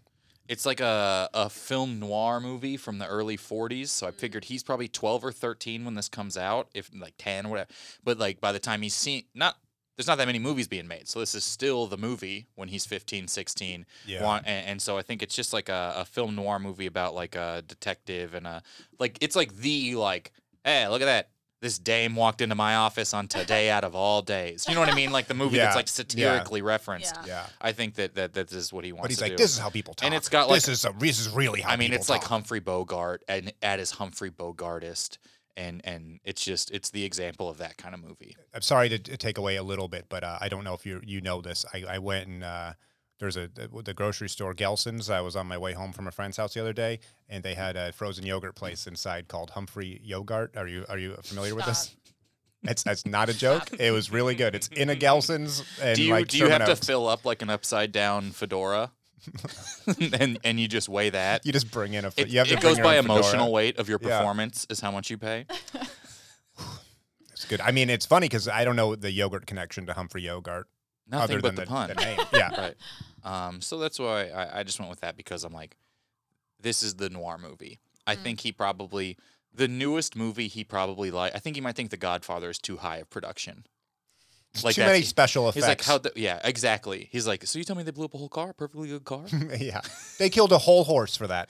A: It's like a, a film noir movie from the early 40s. So I
F: Mm.
A: figured he's probably 12 or 13 when this comes out, if like 10 or whatever. But like by the time he's seen, not there's not that many movies being made. So this is still the movie when he's 15, 16.
F: Yeah.
A: Wa- a- and, so I think it's just like a, a film noir movie about like a detective and a like it's like the like hey look at that this dame walked into my office on today out of all days. You know what I mean? Like the movie
F: Yeah.
A: that's like
F: Yeah.
A: satirically referenced.
G: Yeah.
F: Yeah.
A: I think that, that that this is what he wants.
F: But he's
A: to do.
F: like, this is how people talk.
A: And it's got, like-
F: this is a, this is really how.
A: I mean,
F: people
A: it's like
F: talk.
A: Humphrey Bogart and at his Humphrey Bogartist, and and it's just it's the example of that kind of movie.
F: I'm sorry to t- take away a little bit, but uh, I don't know if you you know this. I, I went and uh, there's a the the grocery store Gelson's. I was on my way home from a friend's house the other day, and they had a frozen yogurt place inside called Humphrey Yogurt. Are you are you familiar with this? It's that's not a
G: [LAUGHS]
F: joke. It was really good. It's in a Gelson's. And
A: do you
F: like
A: do you have
F: Sherman
A: to
F: Oaks.
A: fill up like an upside down
F: [LAUGHS]
A: fedora, and and you just weigh that?
F: You just bring in a.
A: It,
F: [LAUGHS] you have to
A: it
F: bring
A: goes
F: your own
A: by
F: fedora.
A: emotional weight of your
F: Yeah.
A: performance is how much you
F: [LAUGHS]
A: pay.
F: It's good. I mean, it's funny because I don't know the yogurt connection to Humphrey Yogurt
A: Nothing
F: other
A: but
F: than
A: the, pun.
F: name. Yeah.
A: [LAUGHS] right. Um, so that's why I, I just went with that because I'm like, this is the noir movie. I think he probably the newest movie he probably like. I think he might think The Godfather is too high of production.
F: Too
A: that-
F: many special
A: He's like,
F: effects.
A: how? The, yeah, exactly. He's like, so you tell me they blew up a whole car, a perfectly good
F: [LAUGHS]
A: car,
F: [LAUGHS]
A: [LAUGHS]
F: yeah. They killed a whole horse for that.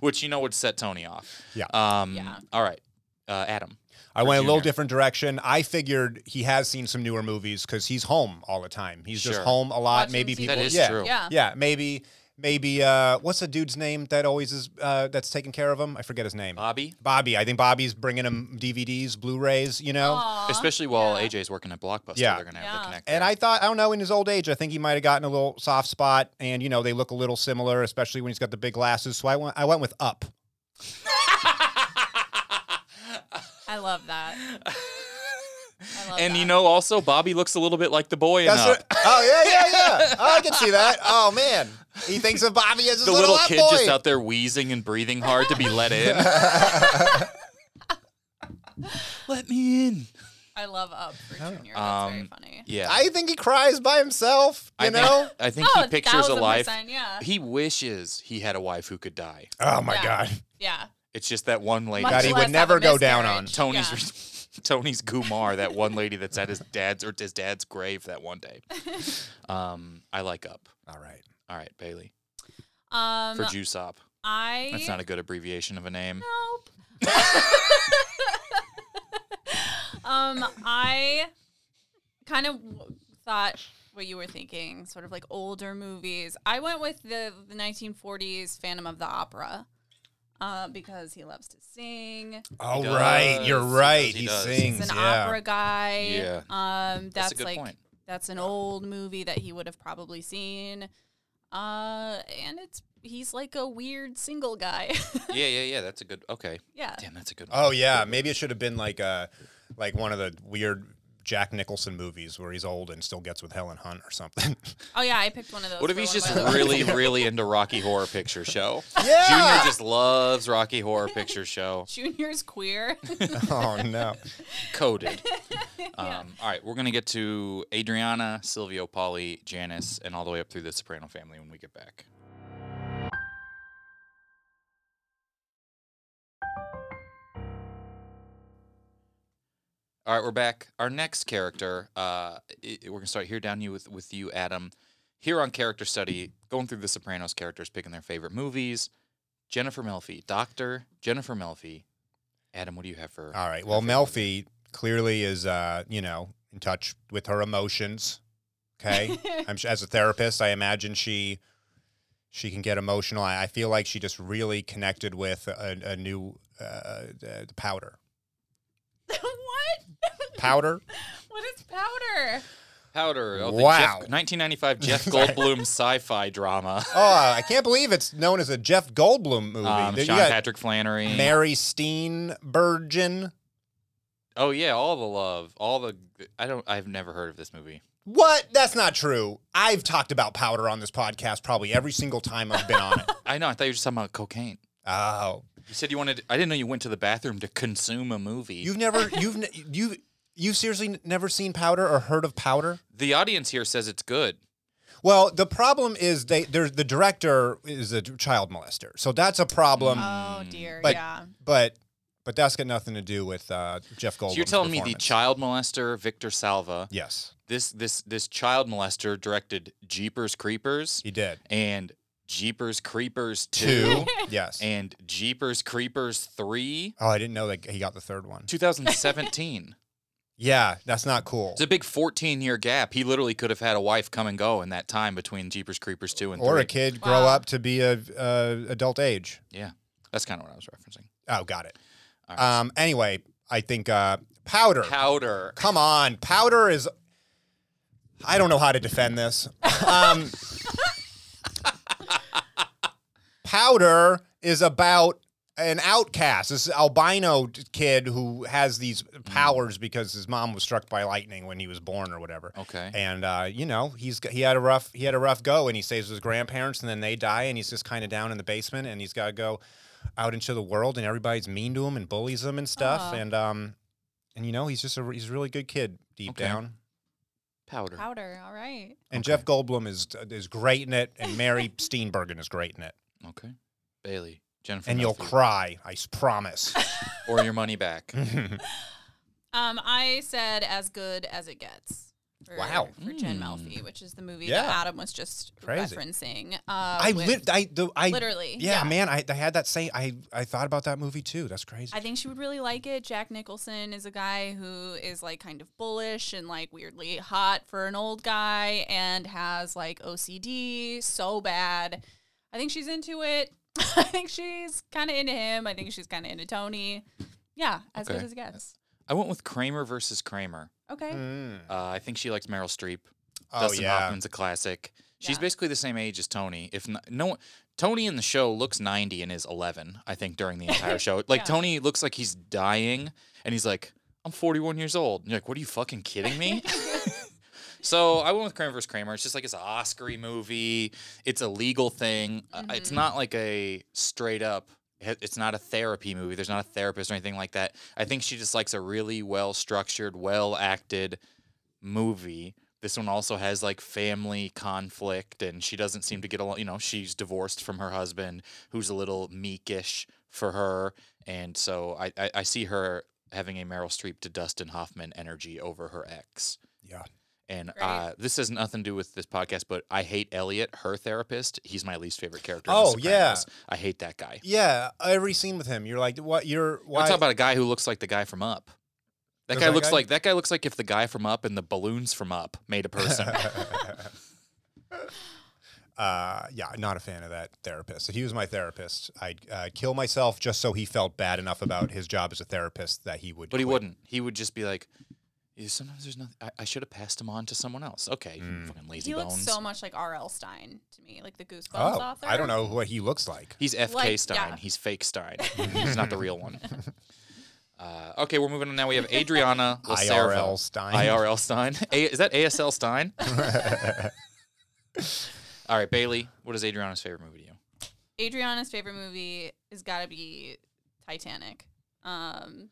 A: which you know would set Tony off.
F: Yeah.
A: Um,
G: Yeah.
A: All right, uh, Adam.
F: I went a little
A: Junior.
F: different direction. I figured he has seen some newer movies because he's home all the time. He's just
A: Sure.
F: home a lot.
G: Watching
F: maybe
G: TV.
F: people.
A: That is
F: yeah.
A: true.
G: Yeah.
F: Yeah. Maybe. Maybe. Uh, what's the dude's name that always is uh, that's taking care of him? I forget his name.
A: Bobby,
F: Bobby. I think Bobby's bringing him DVDs, Blu-rays. You know.
G: Aw.
A: especially while AJ's working at Blockbuster,
F: Yeah.
A: they're gonna have
G: Yeah.
A: the connect. [LAUGHS]
F: And
A: there.
F: I thought, I don't know, in his old age, I think he might have gotten a little soft spot, and you know, they look a little similar, especially when he's got the big glasses. So I went, I went with Up.
G: I love that. I love
A: and
G: that.
A: you know, also Bobby looks a little bit like the boy in Up.
F: it. Oh yeah, yeah, yeah. Oh, I can see that. Oh man, he thinks of Bobby as his
A: the little,
F: up
A: kid
F: boy.
A: just out there wheezing and breathing hard to be let in.
F: [LAUGHS]
A: let me in.
G: I love Up for Junior. That's very
A: Um,
G: funny.
A: yeah.
F: I think he cries by himself. You
A: I think-
F: know.
A: I think
G: Oh,
A: he pictures a
G: 1000%,
A: life. [LAUGHS]
G: yeah.
A: He wishes he had a wife who could die.
F: Oh my
G: Yeah.
F: God.
G: Yeah.
A: It's just that one lady.
G: Much
F: God, he would
G: less have a
F: never go down
G: miscarriage.
F: on.
A: Tony's
G: Yeah.
A: [LAUGHS] Tony's Gumar, that one lady that's at his dad's or his dad's grave that one day. Um, I like up.
F: All right.
A: All right, Bailey
G: Um,
A: for Juice Up.
G: I
A: That's not a good abbreviation of a name.
G: [LAUGHS]
A: [LAUGHS]
G: Nope. um, I kind of w- thought what you were thinking, sort of like older movies. I went with the, the 1940s Phantom of the Opera uh, because he loves to sing.
F: All
A: does.
F: right. You're
A: He does,
F: right.
A: he
F: He,
A: does.
F: sings.
G: He's an
F: yeah.
G: opera guy.
A: Yeah.
G: Um, that's,
A: That's a good
G: like [LAUGHS]
A: point.
G: that's an old movie that he would have probably seen. Uh, and it's he's like a weird single guy. [LAUGHS]
A: Yeah, yeah, yeah. That's a good. Okay.
G: yeah.
A: Damn, that's a good one.
F: Oh yeah. Maybe it should have been like uh like one of the weird Jack Nicholson movies where he's old and still gets with Helen Hunt or something. [LAUGHS]
G: Oh yeah, I picked one of those.
A: What if
G: for
A: he's
G: one of
A: just
G: my lists.
A: really, really into Rocky Horror Picture Show?
F: Yeah.
A: Junior just loves Rocky Horror Picture Show.
G: [LAUGHS] Junior's queer. [LAUGHS]
F: [LAUGHS] oh no.
A: Coded. Um, all right, we're gonna get to Adriana, Silvio, Polly, Janice, and all the way up through the Soprano family when we get back. All right, we're back. Our next character, uh, i- we're gonna start here down you with with you, Adam. Here on Character Study, going through the Sopranos characters, picking their favorite movies. Jennifer Melfi, Doctor Jennifer Melfi. Adam, what do you have for?
F: All right. Well, Melfi clearly is, uh, you know, in touch with her emotions. Okay. I'm su- as a therapist, I imagine she she can get emotional. I, I feel like she just really connected with a, a new uh, uh, powder.
G: what? [LAUGHS]
F: Powder.
G: what is powder?
A: Powder. Oh,
F: Wow.
A: The Jeff,
F: [LAUGHS]
A: 1995 Jeff Goldblum sci-fi drama.
F: Oh, I can't believe it's known as a Jeff Goldblum [LAUGHS] movie.
A: Um,
F: There you
A: Sean
F: got
A: Patrick Flannery.
F: Mary Steenburgen.
A: oh yeah, all the love, all the. I don't. I've never heard of this movie.
F: What? That's not true. I've talked about powder on this podcast probably every single time I've been on it.
A: I know. I thought you were just talking about cocaine.
F: Oh,
A: You said you wanted. I didn't know you went to the bathroom to consume a movie.
F: you've never, you've, ne- you've, you've seriously n- never seen powder or heard of powder?
A: the audience here says it's good.
F: Well, the problem is they, there's the director is a child molester, so that's a problem.
G: Oh dear,
F: But-
G: yeah.
F: but, but that's got nothing to do with uh, Jeff Goldblum.
A: So you're telling me the child molester Victor Salva,
F: Yes,
A: this this this child molester directed Jeepers Creepers
F: he did.
A: and Jeepers Creepers
F: Two.
A: [LAUGHS] two
F: yes.
A: and Jeepers Creepers three,
F: oh, I didn't know that he got the third one.
A: 2017.
F: Yeah, that's not cool.
A: It's a big 14 year gap. He literally could have had a wife come and go in that time between Jeepers Creepers 2 and 3.
F: Or a kid grow
G: Wow.
F: up to be a uh, adult age.
A: Yeah. That's kind of what I was referencing.
F: Oh, got it.
A: All right.
F: Um. Anyway, I think uh, powder.
A: Powder.
F: Come on, powder is. I don't know how to defend this. Um, [LAUGHS] powder is about an outcast, this albino t- kid who has these powers because his mom was struck by lightning when he was born or whatever.
A: Okay.
F: And uh, you know he's g- he had a rough he had a rough go, and he saves his grandparents, and then they die, and he's just kind of down in the basement, and he's got to go out into the world, and everybody's mean to him and bullies him and stuff,
G: Aw.
F: and um, and you know he's just a re- he's a really good kid deep
A: Okay.
F: down,
A: Powder.
G: Powder, all right.
F: and
A: Okay.
F: Jeff Goldblum is is great in it, and
G: [LAUGHS]
F: Mary Steenburgen is great in it,
A: Okay. Bailey. Jennifer.
F: and you'll
A: Melfi.
F: cry, Mm. I s-
G: [LAUGHS]
F: promise.
A: Or your money back.
G: Oh, Um, I said as good as it gets. For,
F: Wow.
G: For Jen
A: Mm.
G: Melfi, which is the movie that
F: Yeah.
G: Adam was just
F: Crazy.
G: referencing. Uh,
F: [LAUGHS] I
G: with-
F: lived, I the I
G: literally.
F: yeah, man, I, I had that same, I I thought about that movie too. That's crazy.
G: I think she would really like it. Jack Nicholson is a guy who is like kind of bullish and like weirdly hot for an old guy and has like OCD so bad. I think she's into it. [LAUGHS] I think she's kind of into him. I think she's kind of into Tony. Yeah, as
A: Okay.
G: good as it gets.
A: I went with Kramer versus Kramer.
G: Okay. [LAUGHS]
F: Mm.
A: Uh, I think she likes Meryl Streep.
F: Oh
A: Dustin
F: yeah,
A: Hoffman's a classic. She's
G: Yeah.
A: basically the same age as Tony. If n no one, Tony in the show looks 90 and is 11, I think during the
G: [LAUGHS]
A: entire show. Like
G: Yeah.
A: Tony looks like he's dying and he's like, "I'm 41 years old." And you're like, "What are you fucking kidding
G: [LAUGHS]
A: me?" so, I went with Kramer vs. Kramer. It's just like it's an Oscar movie. It's a legal thing. Uh, It's not like a straight up it's not a therapy movie. There's not a therapist or anything like that. I think she just likes a really well structured, well acted movie. This one also has like family conflict, and she doesn't seem to get along. You know, she's divorced from her husband, who's a little meekish for her, and so I I, I see her having a Meryl Streep to Dustin Hoffman energy over her ex.
F: yeah.
A: And
G: Great.
A: uh, this has nothing to do with this podcast, but I hate Elliot, her therapist. He's my least favorite character. in The
F: Oh, yeah.
A: Sopranos. I hate that guy.
F: Yeah, every scene with him, you're like, what? You're
A: Why?
F: why?
A: Talk about a guy who looks like the guy from Up. That
F: Does
A: guy
F: that
A: looks
F: guy-
A: like that guy looks like if the guy from Up and the balloons from Up made a
F: [LAUGHS]
A: person.
F: uh, yeah, not a fan of that therapist. If he was my therapist, I'd uh, kill myself just so he felt bad enough about his job as a therapist that he would.
A: But he
F: quit.
A: wouldn't. He would just be like, "Yeah, sometimes there's nothing. I, I should have passed him on to someone else. Okay, you
F: Mm.
A: fucking lazy
G: He looks
A: bones.
G: so much like R.L. Stein to me, like the Goosebumps
F: Oh,
G: author.
F: I don't know what he looks like.
A: He's FK
G: Like,
A: Stein.
G: yeah.
A: He's fake
F: [LAUGHS]
A: Stein. He's not the real one. Uh, okay, we're moving on
F: [LAUGHS]
A: now. We have Adriana Lacerva.
F: IRL Stein.
A: IRL Stein. A- is that ASL Stein?
F: [LAUGHS]
A: All right, Bailey. What is Adriana's favorite movie to you?
G: Adriana's favorite movie has got to be Titanic. Um,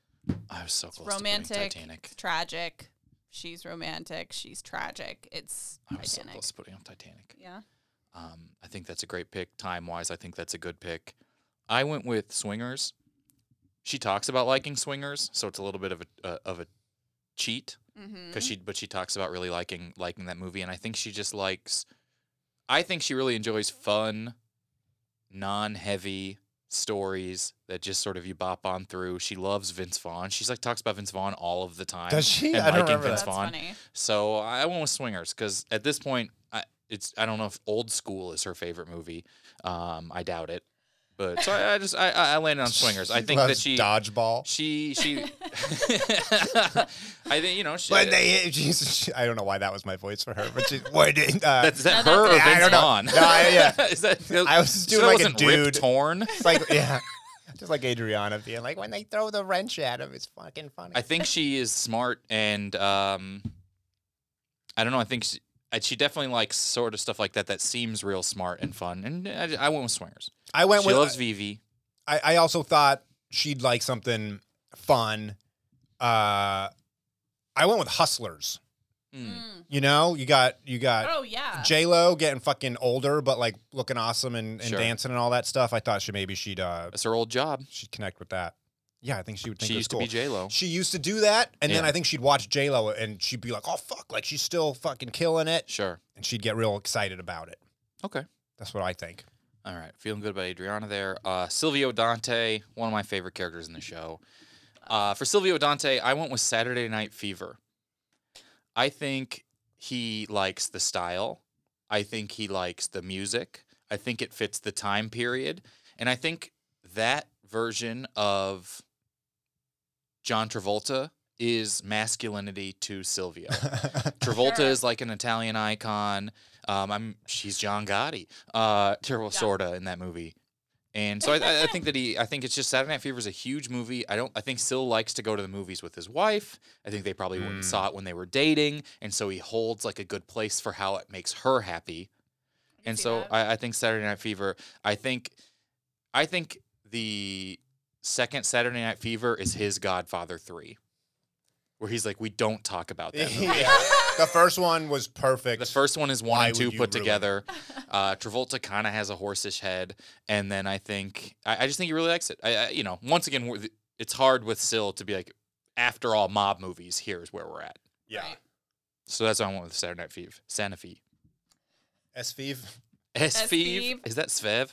A: I was so
G: it's
A: close to
G: romantic,
A: putting Titanic.
G: it's tragic. She's romantic. She's tragic. It's
A: I was so
G: Titanic.
A: close to putting on Titanic.
G: yeah.
A: Um, I think that's a great pick. Time wise, I think that's a good pick. I went with Swingers. She talks about liking Swingers, so it's a little bit of a uh, of a cheat
G: Mm-hmm.
A: because she but she talks about really liking liking that movie, and I think she just likes. I think she really enjoys fun, non-heavy stories that just sort of you bop on through. She loves Vince Vaughn. She's like talks about Vince Vaughn all of the time.
F: Does she?
A: And
F: I don't
A: liking
F: remember
A: Vince
G: That's
F: that.
A: Vaughn.
G: funny.
A: So I went with Swingers because at this point, I, it's I don't know if Old School is her favorite movie. Um, I doubt it, but so I, I just I, I I landed on Swingers. I
F: She
A: think that
F: loves
A: she
F: dodgeball.
A: she she. [LAUGHS] I think you know she.
F: When they, hit- [LAUGHS] she's, she, I don't know why that was my voice for her, but she, when they, uh,
A: that's, is that
G: No,
A: her or
G: that's-
F: Yeah, I
A: Vince
F: don't know.
A: Vaughn?
F: No, I- yeah.
A: [LAUGHS] is that,
F: I was just
A: so
F: doing
A: that
F: like a
A: wasn't Rip
F: dude.
A: Torn.
F: it's like [LAUGHS] yeah, just like Adriana being like, when they throw the wrench at him, it's fucking funny.
A: I think she is smart and um, I don't know. I think she, uh, she definitely likes sort of stuff like that that seems real smart and fun. And uh, I, I went with Swingers.
F: I went
A: she
F: with uh,
A: loves Vivi.
F: I, I also thought she'd like something fun. Uh, I went with Hustlers.
A: Mm.
F: You know, you got you got
G: Oh yeah.
F: J Lo getting fucking older, but like looking awesome and, and
A: Sure.
F: dancing and all that stuff. I thought she maybe she'd uh
A: That's her old job.
F: she'd connect with that. Yeah, I think she would think
A: She
F: it was
A: used
F: cool.
A: to be J Lo.
F: She used to do that, and then
A: Yeah.
F: I think she'd watch J Lo and she'd be like, "Oh fuck!" Like she's still fucking killing it,
A: Sure.
F: and she'd get real excited about it.
A: Okay.
F: That's what I think.
A: All right, feeling good about Adriana there. Uh, Silvio Dante, one of my favorite characters in the show. Uh, for Silvio Dante, I went with Saturday Night Fever. I think he likes the style. I think he likes the music. I think it fits the time period, and I think that version of John Travolta is masculinity to
F: [LAUGHS]
A: Silvio. [LAUGHS] Travolta
G: Sure.
A: is like an Italian icon. Um, I'm she's John Gotti, uh, terrible
G: Yeah.
A: sorta in that movie, and so I- I, I think that he, I think it's just Saturday Night Fever is a huge movie. I don't, I think Syl likes to go to the movies with his wife. I think they probably went and
F: Mm.
A: saw it when they were dating, and so he holds like a good place for how it makes her happy.
G: can
A: And
G: see
A: so
G: that.
A: I, I think Saturday Night Fever. I think, I think the second Saturday Night Fever is his Godfather three, where he's like, we don't talk about that. movie."
F: Yeah.
G: [LAUGHS]
F: the first one was perfect.
A: The first one is one
F: Why
A: and two
F: would you
A: put
F: ruin it?
A: together. Uh, Travolta kind of has a horseish head, and then I think I, I just think he really likes it. I, I you know once again we're- it's hard with Syl to be like after all mob movies here's where we're at.
F: yeah,
G: Right.
A: So that's why I went with Saturday Night Fever. Santa Fe.
F: S Five.
A: S Fev.
G: Fev.
A: Is that Svev?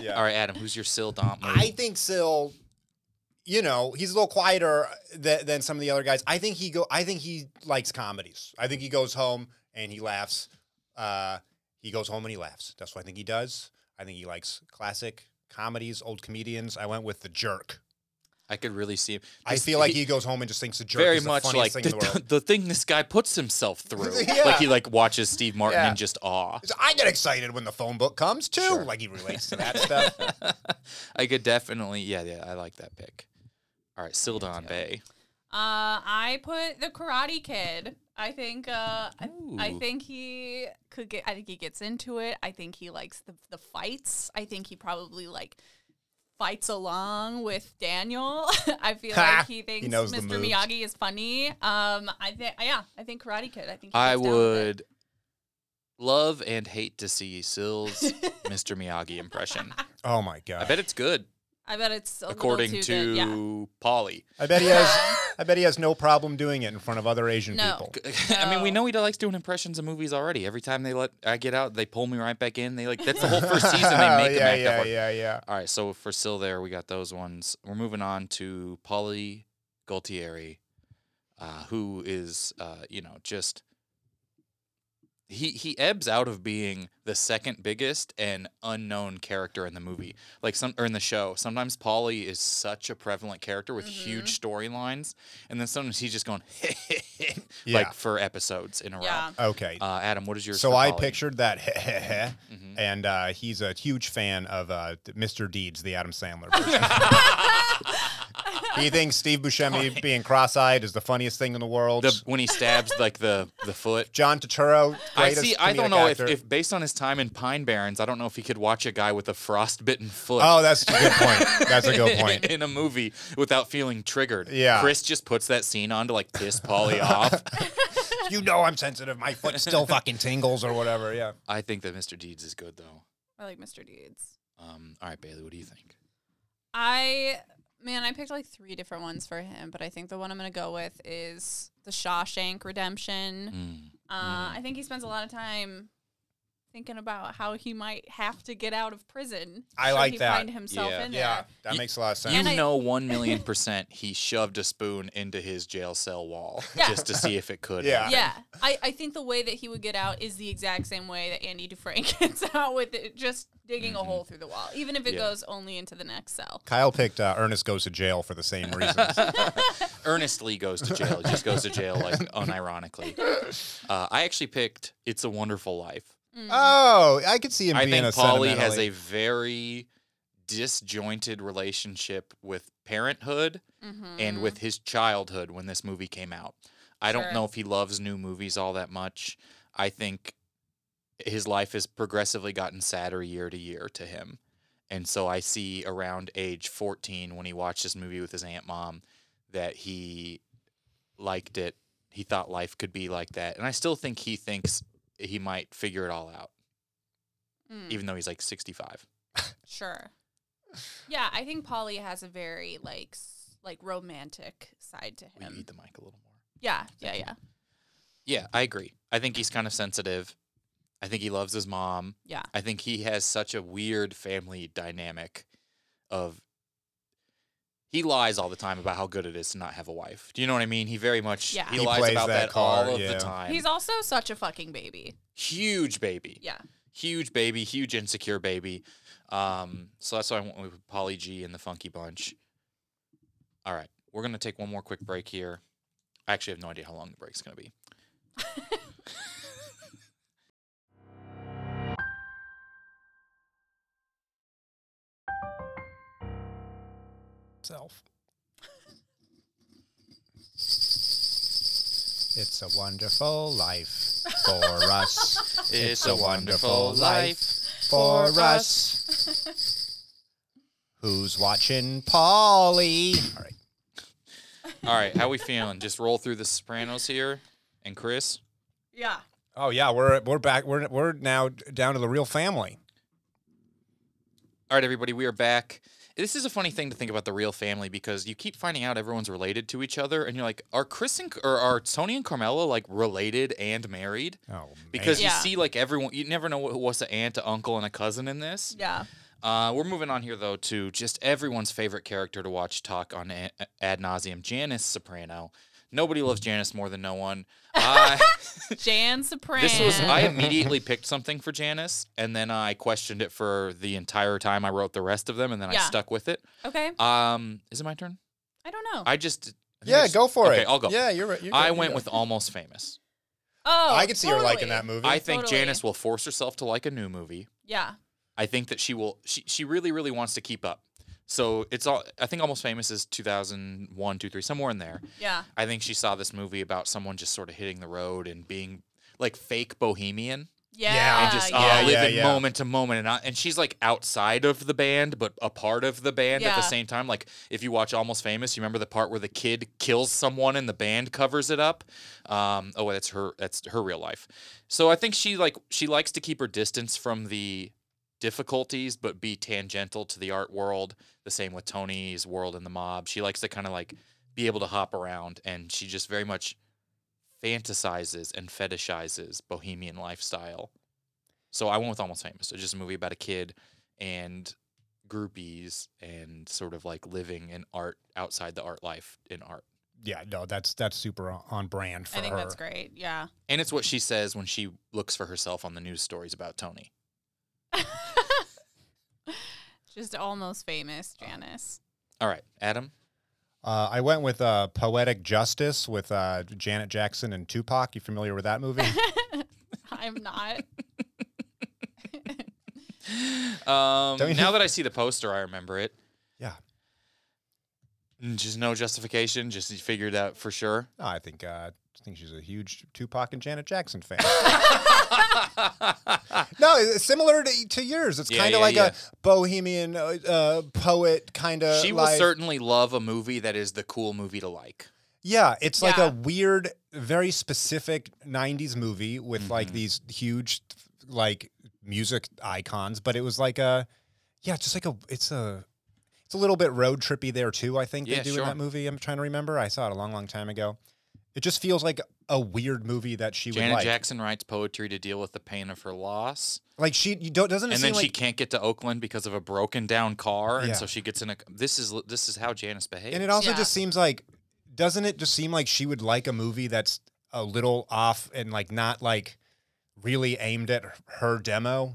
F: Yeah.
A: All right, Adam. Who's your Syl Dom?
F: I think Syl, you know, he's a little quieter than, than some of the other guys. I think he go. I think he likes comedies. I think he goes home and he laughs. Uh, he goes home and he laughs. That's what I think he does. I think he likes classic comedies, old comedians. I went with the jerk.
A: I could really see him.
F: I
A: This-
F: feel like he, goes home and just thinks the jerk
A: very
F: is the
A: much
F: funniest
A: like
F: thing
A: the,
F: in the
A: [LAUGHS]
F: world.
A: the thing this guy puts himself through.
F: [LAUGHS] Yeah.
A: Like he like watches Steve Martin
F: Yeah.
A: in just awe.
F: So I get excited when the phone book comes too.
A: Sure.
F: Like he relates to that
A: [LAUGHS]
F: stuff.
A: I could definitely, yeah, yeah, I like that pick. All right, Sildon Bay.
G: Uh, I put the Karate Kid. I think. Uh, I, I
A: Ooh.
G: think he could get. I think he gets into it. I think he likes the the fights. I think he probably like fights along with Daniel. [LAUGHS] I feel
F: Ha!
G: like he
F: He
G: thinks
F: knows the
G: Mr.
F: moves.
G: Miyagi is funny. Um, I think. Yeah, I think Karate Kid. I think. he
A: I
G: gets down with it.
A: would love and hate to see Sil's
G: [LAUGHS]
A: Mr. Miyagi impression.
F: Oh my god!
A: I bet it's good,
G: I bet it's a
A: according
G: little
A: to,
G: too good. Yeah.
A: Polly.
F: I bet he has.
A: [LAUGHS]
F: I bet he has no problem doing it in front of other Asian
G: No.
F: people.
A: I mean, we
G: No.
A: know he likes doing impressions of movies already. Every time they let I get out, they pull me right back in. They like that's the whole first season they
F: [LAUGHS]
G: [LAUGHS]
A: make him
F: Oh, yeah,
A: act
F: yeah,
A: up.
F: yeah, yeah.
A: All right, so for Sil there, we got those ones. We're moving on to Polly Gualtieri, uh, who is, uh, you know, just he he ebbs out of being the second biggest and unknown character in the movie, like some or in the show. Sometimes Polly is such a prevalent character with huge storylines, and then sometimes he's just going [LAUGHS]
F: Yeah.
A: like for episodes in a
G: Yeah.
A: row.
F: Okay.
A: Uh, Adam, what is yours?
F: so
A: for
F: I
A: Polly?
F: pictured that, [LAUGHS] heh, heh, heh,
A: Mhm.
F: and uh, he's a huge fan of uh, Mr. Deeds, the Adam Sandler. version.
A: [LAUGHS]
F: he thinks Steve Buscemi being cross-eyed is the funniest thing in the world.
A: Oh, The, when he stabs like the the foot.
F: John Turturro,
A: I
F: greatest
A: see. I
F: comedic
A: don't know if,
F: actor.
A: if, based on his time in Pine Barrens, I don't know if he could watch a guy with a frostbitten foot.
F: Oh, that's a good point. That's
A: [LAUGHS]
F: a good point.
A: in a movie without feeling triggered.
F: Yeah.
A: Chris just puts that scene on to like piss
F: [LAUGHS]
A: Polly off.
F: You know I'm sensitive. My foot
A: [LAUGHS]
F: still fucking tingles or whatever. Yeah.
A: I think that Mr. Deeds is good though.
G: I like Mr. Deeds.
A: Um, all right, Bailey, what do you think?
G: I man, I picked like three different ones for him, but I think the one I'm gonna go with is the Shawshank Redemption.
A: Mm.
G: Uh, I think he spends a lot of time thinking about how he might have to get out of prison.
F: I
G: Should
F: like
G: he
F: that.
G: Find himself
A: Yeah.
G: in there.
F: Yeah, that
A: You-
F: makes a lot of sense.
A: You
G: And I-
A: know, one million percent, he shoved a spoon into his jail cell wall
G: Yeah.
A: just to see if it could.
F: Yeah.
G: Yeah, I, I think the way that he would get out is the exact same way that Andy Dufresne [LAUGHS] gets out with it, just digging a hole through the wall, even if it
A: Yeah.
G: goes only into the next cell.
F: Kyle picked uh, Ernest Goes to Jail for the same reasons.
A: [LAUGHS] earnestly goes to jail. He just goes to jail like
G: [LAUGHS]
A: unironically. Uh, I actually picked "It's a Wonderful Life."
F: oh, I could see him
A: I
F: being
A: think
F: a
A: Polly has
F: sentimentally-
A: a very disjointed relationship with parenthood and with his childhood when this movie came out. I
G: Sure.
A: don't know if he loves new movies all that much. I think his life has progressively gotten sadder year to year to him. And so I see around age 14 when he watched this movie with his aunt mom that he liked it. He thought life could be like that. And I still think he thinks he might figure it all out,
G: Mm,
A: even though he's like 65.
G: sure. Yeah, I think Polly has a very like s- like romantic side to
A: Will you
G: him.
A: eat the mic a little more?
G: Yeah, yeah, yeah,
A: Yeah, I agree. I think he's kind of sensitive. I think he loves his mom.
G: yeah.
A: I think he has such a weird family dynamic of he lies all the time about how good it is to not have a wife. Do you know what I mean? He very much
G: Yeah.
A: he,
G: He
A: lies
F: plays
A: about that,
F: that card,
A: all of
F: yeah.
A: the time.
G: He's also such a fucking baby.
A: huge baby.
G: Yeah.
A: Huge baby, huge insecure baby. Um, so that's why I went with Polly G and the Funky Bunch. All right. We're gonna take one more quick break here. I actually have no idea how long the break's gonna be.
F: Self. It's a wonderful life for us.
A: It's, a wonderful life.
F: for us. [LAUGHS] Who's watching Polly? All right.
A: All right, how we feeling? Just roll through the Sopranos here, and Chris.
G: Yeah.
F: Oh yeah, we're we're back. We're we're now down to the real family.
A: All right, everybody, we are back. This is a funny thing to think about the real family because you keep finding out everyone's related to each other, and you're like, are Chris and or are Tony and Carmela like related and married?
F: Oh,
A: Because
G: Yeah.
A: you see like everyone, you never know wh- what's an aunt, an uncle, and a cousin in this.
F: [LAUGHS]
G: Yeah.
A: Uh, we're moving on here though to just everyone's favorite character to watch talk on a- ad nauseum, Janice Soprano. Nobody loves Janice more than no
G: [LAUGHS]
A: one. I
G: Jan Soprano.
A: This was I immediately picked something for Janice, and then I questioned it for the entire time I wrote the rest of them, and then I
G: Yeah.
A: stuck with it.
G: okay.
A: Um, is it my turn?
G: I don't know.
A: I just I think I
F: yeah,
A: just-
F: go for
A: okay,
F: it.
A: I'll go.
F: Yeah, you're right. you're
A: I
F: good,
A: went
F: yeah.
A: with Almost Famous.
G: oh,
F: I could see her liking
G: totally.
F: that movie.
A: I think
G: Totally.
A: Janice will force herself to like a new movie.
G: Yeah.
A: I think that she will. She she really really wants to keep up. So it's all. I think Almost Famous is 2001, 2, 3, somewhere in there.
G: Yeah.
A: I think she saw this movie about someone just sort of hitting the road and being like fake bohemian.
G: Yeah.
A: and just
G: yeah.
A: uh,
F: yeah.
A: living
F: yeah.
A: moment to moment, and I, and she's like outside of the band, but a part of the band at the
G: Yeah.
A: same time. Like if you watch Almost Famous, you remember the part where the kid kills someone and the band covers it up. Um, oh, that's her. That's her real life. So I think she like she likes to keep her distance from the difficulties, but be tangential to the art world. The same with Tony's world and the mob. She likes to kind of like be able to hop around, and she just very much fantasizes and fetishizes bohemian lifestyle. So I went with Almost Famous. It's just a movie about a kid and groupies and sort of like living in art outside the art life in art.
F: yeah, no, that's that's super on- on brand for
G: I think
F: her.
G: that's great. Yeah.
A: And it's what she says when she looks for herself on the news stories about Tony.
G: Just almost famous, Janice. [LAUGHS]
A: All right,
F: [LAUGHS]
A: Adam.
F: Uh, I went with uh, Poetic Justice with uh, Janet Jackson and Tupac. You familiar with
A: [LAUGHS]
F: that movie?
G: I'm not.
A: Um,
F: Don't you- [LAUGHS]
A: now that I see the poster, I remember it.
F: yeah.
A: Mm, Just no justification. Just figured out for sure.
F: [LAUGHS] No, I think uh, I think she's a huge Tupac and Janet Jackson fan. no, it's similar to, to yours. It's
A: Yeah,
F: kind of
A: yeah,
F: like
A: yeah.
F: a bohemian uh, uh, poet kind of.
A: she will certainly love a movie that is the cool movie to like.
F: Yeah, it's like
G: Yeah.
F: a weird, very specific '90s movie with
A: Mm-hmm.
F: like these huge, like music icons. But it was like a, yeah, it's just like a. It's a. It's a little bit road trippy there too. I think
A: Yeah,
F: they do
A: sure.
F: in that movie. I'm trying to remember. I saw it a long, long time ago. It just feels like a weird movie that she would
A: Janet
F: like.
A: Jackson writes poetry to deal with the pain of her loss.
F: Like she you don't doesn't it
A: and
F: seem
A: then
F: like
A: she can't get to Oakland because of a broken down car, and
F: Yeah.
A: so she gets in a. This is this is how Janice behaves.
F: and it also
G: Yeah.
F: just seems like doesn't it just seem like she would like a movie that's a little off and like not like really aimed at her demo?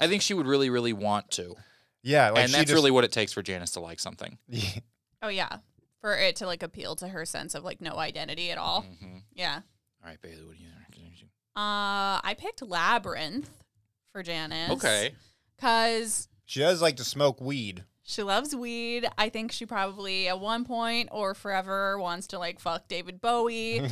A: I think she would really, really want to,
F: Yeah, like
A: and
F: she
A: that's
F: just-
A: really what it takes for Janice to like something.
F: [LAUGHS]
G: Oh yeah. For it to like appeal to her sense of like no identity at
F: Mm-hmm.
G: all.
A: Mhm.
G: Yeah.
A: All right, Bailey, what do you think?
G: Uh I picked Labyrinth for Janice.
A: Okay,
G: Cause [LAUGHS]
F: she does like to smoke weed.
G: She loves weed. I think she probably at one point or forever wants to like fuck David
A: [LAUGHS]
G: Bowie. Uh,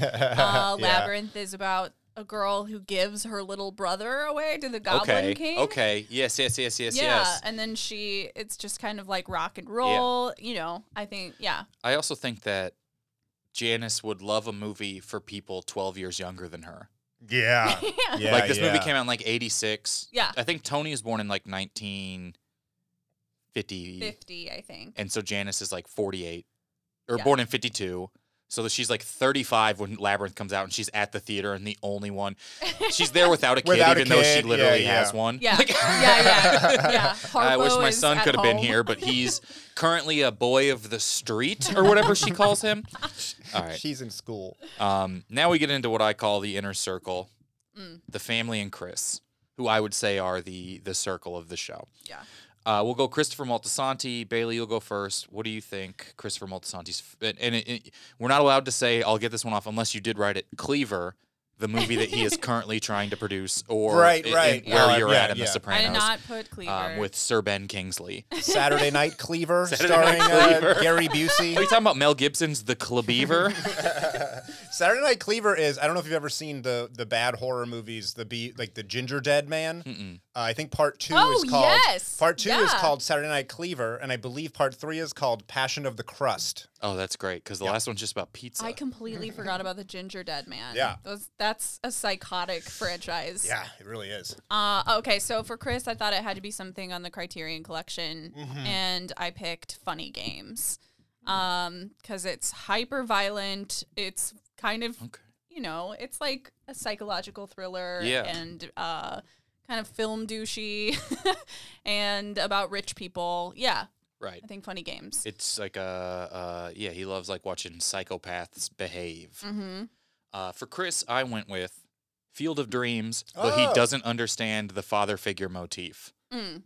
F: [LAUGHS] Yeah.
G: Labyrinth is about a girl who gives her little brother away to the Goblin
A: okay.
G: King.
A: Okay. Yes. Yes. Yes. Yes.
G: Yeah,
A: Yes.
G: and then she, it's just kind of like rock and roll, you know. I think, yeah,
A: I also think that Janice would love a movie for people 12 years younger than her.
G: [LAUGHS]
F: Yeah. yeah
A: like this movie
F: yeah.
A: came out in like 86.
G: Yeah.
A: I think Tony was born in like 1950.
G: 50, I
A: [LAUGHS]
G: think.
A: And so Janice is like 48 or
G: Yeah.
A: born in 52. So that she's like 35 when Labyrinth comes out and she's at the theater and the only one. She's there without a kid,
F: Without a
A: even though she
F: kid, yeah,
A: literally
F: yeah.
A: has one. [LAUGHS]
G: Yeah, yeah, yeah, yeah.
A: I wish
G: Harpo
A: my
G: is
A: son
G: at
A: could have been
G: home.
A: here, but he's currently a boy of the street or whatever she calls
G: [LAUGHS]
A: him. All right.
F: She's in school.
A: Um, now we get into what I call the inner circle,
G: Mm.
A: the family and Chris, who I would say are the the circle of the show.
G: Yeah.
A: Uh, we'll go Christopher Moltisanti. Bailey, you'll go first. What do you think Christopher Moltisanti's? f- And, and it, it- we're not allowed to say, I'll get this one off unless you did write it, Cleaver, the movie that
G: [LAUGHS]
A: he is currently trying to produce, or
F: Right,
A: i- in
F: right.
A: where
F: Yeah,
A: you're
F: yeah,
A: at in
F: yeah.
A: The
F: I
A: Sopranos
F: did
G: I did not put Cleaver.
A: um, with Sir Ben
G: [LAUGHS]
A: Kingsley. Are
F: Saturday Night Cleaver,
A: Saturday
F: starring
A: Night Cleaver.
F: Uh,
A: [LAUGHS]
F: Gary Busey.
A: you talking about Mel Gibson's The
G: [LAUGHS]
A: Cleaver?
F: Saturday Night Cleaver is I don't know if you've ever seen the the bad horror movies, the be like the Ginger Dead Man.
A: Mm-mm.
F: Uh, I think part two
G: Oh,
F: is called
G: yes.
F: part two is
G: Yeah.
F: called Saturday Night Cleaver, and I believe part three is called Passion of the Crust.
A: oh, that's great because the last one's just about pizza.
G: I completely forgot about the Ginger Dead Man.
F: Yeah.
G: Those, that's a psychotic franchise.
F: Yeah, it really is.
G: Uh, okay, so for Chris, I thought it had to be something on the Criterion Collection, and I picked Funny Games because it's hyper violent. It's kind of,
A: Okay.
G: you know, it's like a psychological thriller
A: Yeah.
G: and uh, kind of film douchey [LAUGHS] and about rich people. Yeah,
A: right.
G: I think Funny Games.
A: It's like a uh, yeah, he loves like watching psychopaths behave.
G: hmm
A: Uh, for Chris, I went with Field of Dreams, but he
F: Oh.
A: doesn't understand the father figure motif.
G: Mm.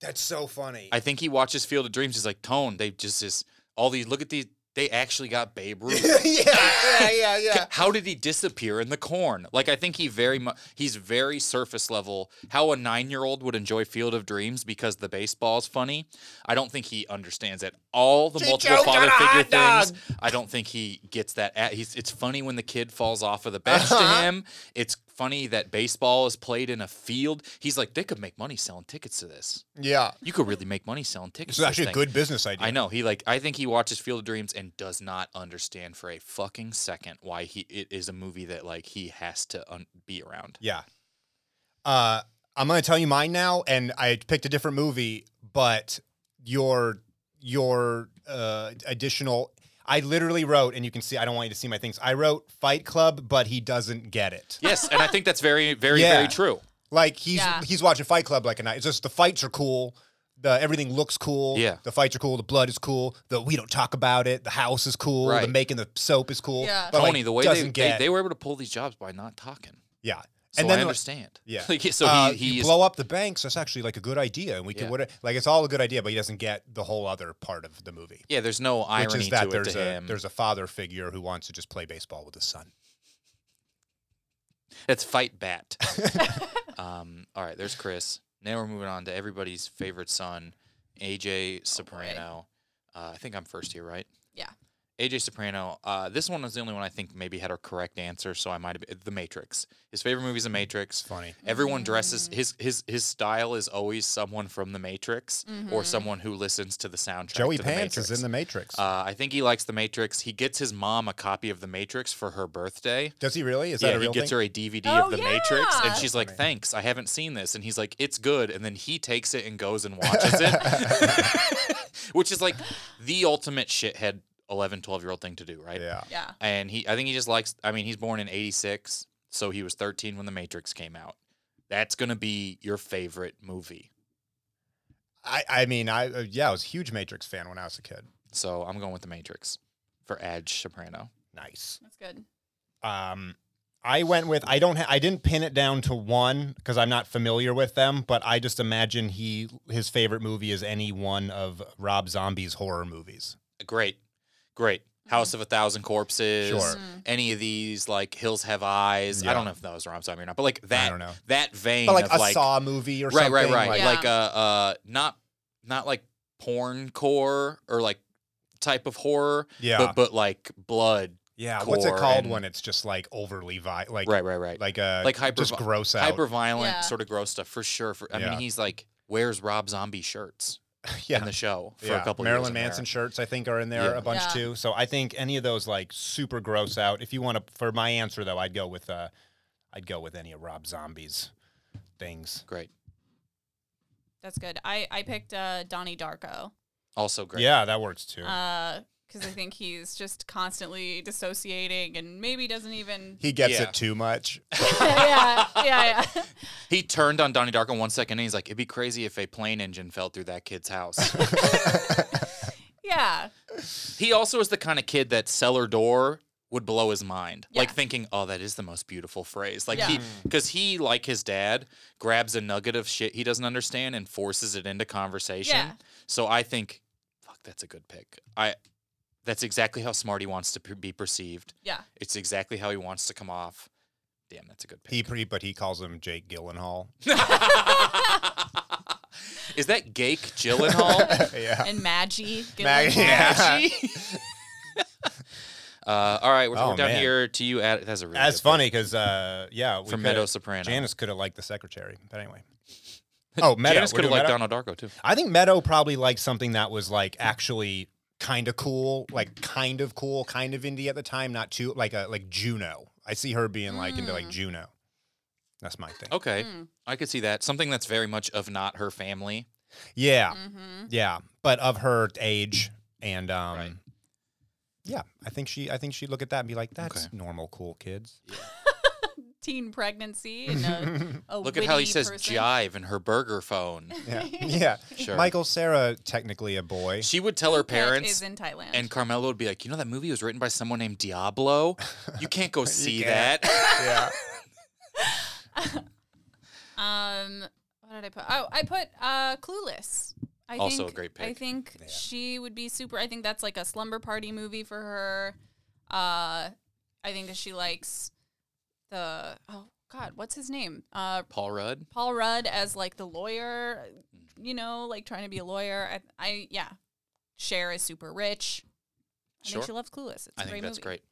F: That's so funny.
A: I think he watches Field of Dreams. He's like, Tone, they just is all these. Look at these. They actually got Babe
F: [LAUGHS] yeah, [LAUGHS]
A: Ruth.
F: yeah, yeah, yeah.
A: How did he disappear in the corn? Like I think he very much he's very surface level. How a nine year old would enjoy Field of Dreams because the baseball's funny. I don't think he understands at all the
F: Chicho
A: multiple father
F: got a
A: figure
F: hot
A: things. I don't think he gets that. At, he's it's funny when the kid falls off of the bench
F: Uh-huh.
A: to him. It's funny that baseball is played in a field. He's like they could make money selling tickets to this.
F: Yeah.
A: You could really make money selling tickets. to
F: This is actually a
A: thing.
F: good business idea.
A: I know he like I think he watches Field of Dreams and does not understand for a fucking second why he it is a movie that like he has to un- be around.
F: Yeah. Uh, I'm gonna tell you mine now, and I picked a different movie, but your your uh, additional. I literally wrote, and you can see. I don't want you to see my things. I wrote Fight Club, but he doesn't get it.
A: Yes, and I think that's very very
F: Yeah.
A: very true.
F: Like he's
G: Yeah.
F: he's watching Fight Club like a night. It's just the fights are cool. The everything looks cool.
A: Yeah.
F: The fights are cool. The blood is cool. The we don't talk about it. The house is cool. The
A: Right.
F: making the soap is cool.
G: Yeah.
F: But, like,
A: Tony, the way they,
F: doesn't
A: they
F: get-
A: they were able to pull these jobs by not talking.
F: yeah.
A: So I
F: like,
A: understand.
F: Yeah.
A: [LAUGHS] Like, so
F: Uh,
A: he he
F: you
A: is,
F: blow up the banks. That's actually like a good idea, and we
A: Yeah.
F: could what like it's all a good idea, but he doesn't get the whole other part of the movie,
A: yeah. There's no irony
F: which is that
A: to it
F: there's
A: to
F: a
A: him.
F: there's a father figure who wants to just play baseball with his son.
A: That's fight
F: [LAUGHS]
A: bat. um, all right, there's Chris. Now we're moving on to everybody's favorite son, AJ Soprano. uh, I think I'm first here, right?
G: Yeah.
A: AJ Soprano. Uh, this one was the only one I think maybe had a correct answer, so I might have The Matrix. His favorite movie is The Matrix.
F: Funny. Mm-hmm.
A: Everyone dresses his his his style is always someone from The Matrix or someone who listens to the soundtrack.
F: Mm-hmm. Joey
A: to
F: Pants
A: the
F: is in
A: Matrix.
F: the Matrix.
A: Uh, I think he likes The Matrix. He gets his mom a copy of The Matrix for her birthday
F: Does he really? Is
A: yeah,
F: that a real
A: he gets
F: thing?
A: her a DVD
G: Oh,
A: of The Matrix,
G: yeah.
A: and she's like, "Thanks, I haven't seen this." And he's like, "It's good." And then he takes it and goes and watches
F: [LAUGHS]
A: it, [LAUGHS] which is like the ultimate shithead 11, 12 year old thing to do, right?
F: yeah.
G: Yeah.
A: And he, I think he just likes. I mean, he's born in '86, so he was 13 when The Matrix came out. That's gonna be your favorite movie.
F: I, I mean I uh, yeah I was a huge Matrix fan when I was a kid.
A: So I'm going with The Matrix for Edge Soprano.
F: Nice.
G: That's good.
F: Um, I went with I don't ha- I didn't pin it down to one because I'm not familiar with them, but I just imagine he his favorite movie is any one of Rob Zombie's horror movies.
A: Great, great. House of a Thousand Corpses.
F: Sure.
A: Any of these like Hills Have Eyes. I
F: Yeah.
A: don't know if that was Rob Zombie or not, but like that.
F: don't know.
A: That vein
F: but like
A: of
F: a
A: like
F: Saw movie or
A: right,
F: something.
A: right, right,
F: like-
G: Yeah.
A: Like uh, uh, not not like porn core or like type of horror.
F: Yeah.
A: But but like blood.
F: yeah. What's it
A: core
F: called
A: and-
F: when it's just like overly vi- like
A: right, right, right.
F: like uh
A: Like hyper-
F: just gross out.
A: Hyper violent,
G: Yeah.
A: sort of gross stuff for sure. For, I
F: Yeah.
A: mean, he's like wears Rob Zombie shirts
F: yeah.
A: in the show for
F: yeah.
A: a couple
F: Marilyn
A: years. in there.
F: Manson shirts I think are in there
A: Yeah.
F: a bunch
G: Yeah.
F: too. So I think any of those like super gross out. If you want to for my answer though, I'd go with uh I'd go with any of Rob Zombie's things.
A: Great.
G: That's good. I, I picked uh, Donnie Darko
A: Also great.
F: Yeah, that works too.
G: because Uh, I think he's just constantly dissociating and maybe doesn't even.
F: he gets
A: [LAUGHS] yeah.
F: it too much.
G: [LAUGHS] yeah, yeah, yeah. [LAUGHS]
A: He turned on Donnie Darko one second and he's like, it'd be crazy if a plane engine fell through that kid's house.
G: Yeah.
A: he also is the kind of kid that cellar door would blow his mind. Like
G: Yeah.
A: thinking, oh, that is the most beautiful phrase. Like
G: Yeah.
A: he, because he, like his dad, grabs a nugget of shit he doesn't understand and forces it into conversation.
G: Yeah.
A: So I think, fuck, that's a good pick. I, that's exactly how smart he wants to per- be perceived.
G: Yeah.
A: It's exactly how he wants to come off. Damn, that's a good pick. [LAUGHS]
F: He pre but he calls him Jake Gyllenhaal.
A: Is that Gake
F: [LAUGHS]
A: Gyllenhaal?
F: yeah.
G: And Maggie.
F: Maggie,
G: Gyllenhaal.
F: yeah.
A: uh, all right, we're,
F: Oh,
A: we're down
F: man.
A: here to you. Ad- that's a really
F: That's
A: good pick.
F: funny because uh, yeah, we
A: From
F: coulda-
A: Meadow Soprano.
F: Janice could have liked the secretary, but anyway. Oh,
A: [LAUGHS]
F: Meadow.
A: Janice
F: We're
A: could have
F: doing
A: liked
F: Meadow?
A: Donald Darko too.
F: I think Meadow probably liked something that was like actually kind of cool, like kind of cool, kind of indie at the time, not too like a like Juno. I see her being like into
A: Mm.
F: like Juno. That's my thing.
A: Okay,
G: Hmm.
A: I could see that. Something that's very much of not her family.
F: Yeah,
A: [LAUGHS] Mm-hmm.
G: Mm-hmm.
F: yeah, but of her age and um,
A: Right.
F: yeah, I think she, I think she'd look at that and be like, "That's normal, cool
A: [LAUGHS]
F: kids."
G: Teen pregnancy. And a, a
A: Look at how he
G: witty
A: says
G: person.
A: jive in her burger
F: [LAUGHS]
A: phone.
F: Yeah, yeah.
A: Sure.
F: Michael Sarah, technically
A: [LAUGHS]
F: a boy.
A: She would tell her
G: is
A: parents,
G: in Thailand.
A: and Carmelo would be like, "You know that movie was written by someone named
F: [LAUGHS]
A: Diablo. You can't go see that."
F: can't. [LAUGHS] yeah.
G: Um, what did I put? Oh, I put uh, Clueless. I
A: Also
G: think,
A: a great
G: I
A: pick.
G: think she would be super. I think that's like a slumber party movie for her. Uh, I think that she likes the oh god, what's his name? Uh,
A: Paul Rudd.
G: Paul Rudd as like the lawyer.
A: Mm.
G: You know, like trying to be a lawyer. I, I yeah. Cher is super rich. I
A: Sure.
G: think she loves Clueless. It's a
A: I think
G: great
A: that's
G: movie.
A: great.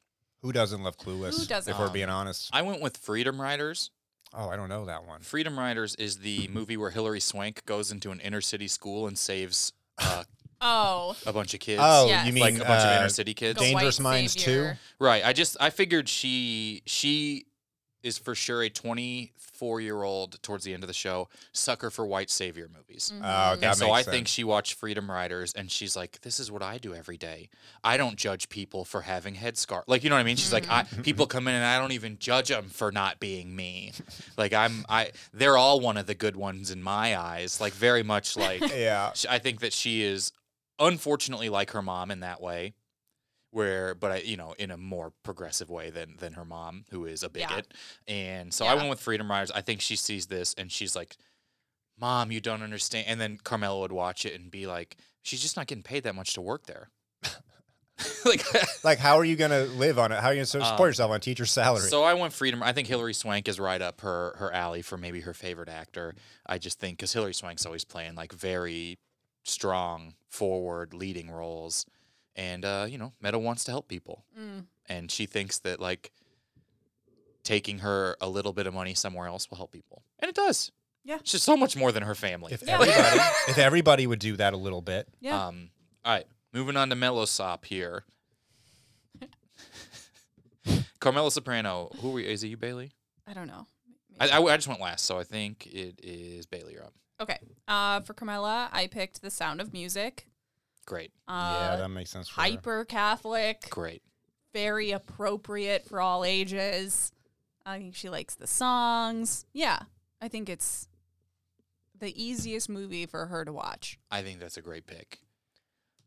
F: Who doesn't love Clueless?
G: Who doesn't?
F: If we're
A: Um,
F: being honest.
A: I went with Freedom Riders.
F: Oh, I don't know that one.
A: Freedom Riders is the movie where Hilary Swank goes into an inner city school and saves uh,
G: Oh,
A: a bunch of kids.
F: Oh,
G: Yes.
F: you mean
A: like a bunch of
F: uh,
A: inner city kids.
G: The White
F: Dangerous Minds too?
G: Savior.
A: Right. I just I figured she she is for sure a 24 year old towards the end of the show sucker for white savior movies.
F: Oh, that
A: and so I
F: makes
A: think
F: sense.
A: she watched Freedom Riders and she's like, This is what I do every day. I don't judge people for having headscarf. Like, you know what I mean? She's like, I people come in and I don't even judge them for not being me. Like I'm I they're all one of the good ones in my eyes. Like very much
F: [LAUGHS]
A: like [LAUGHS]
F: Yeah.
A: Sh- I think that she is unfortunately like her mom in that way, where but I you know in a more progressive way than than her mom who is a
G: Yeah.
A: bigot. And so I
G: Yeah.
A: went with Freedom Riders. I think she sees this and she's like, "Mom, you don't understand." And then Carmela would watch it and be like, "She's just not getting paid that much to work there." [LAUGHS] like
F: Like, how are you going to live on it? How are you going to support
A: Um,
F: yourself on teacher's salary?
A: So I went Freedom. I think Hillary Swank is right up her her alley for maybe her favorite actor. I just think because Hillary Swank's always playing like very strong, forward, leading roles, and uh, you know, Meadow wants to help people,
G: Mm,
A: and she thinks that like taking her a little bit of money somewhere else will help people, and it does.
G: Yeah.
A: she's so much more than her family.
F: if, [LAUGHS] everybody, if everybody would do that a little bit.
G: yeah.
A: Um, all right, moving on to Melosop
G: [LAUGHS]
A: here. Carmelo Soprano. Who were you? Is it you, Bailey?
G: I don't know.
A: I, I, I just went last, so I think it is Bailey. You're up.
G: Okay. Uh, for Carmela, I picked The Sound of Music.
A: Great,
F: yeah,
G: Uh,
F: that makes sense. For her. [LAUGHS]
G: hyper Catholic,
A: great.
G: very appropriate for all ages. I think she likes the songs. Yeah, I think it's the easiest movie for her to watch.
A: I think that's a great pick.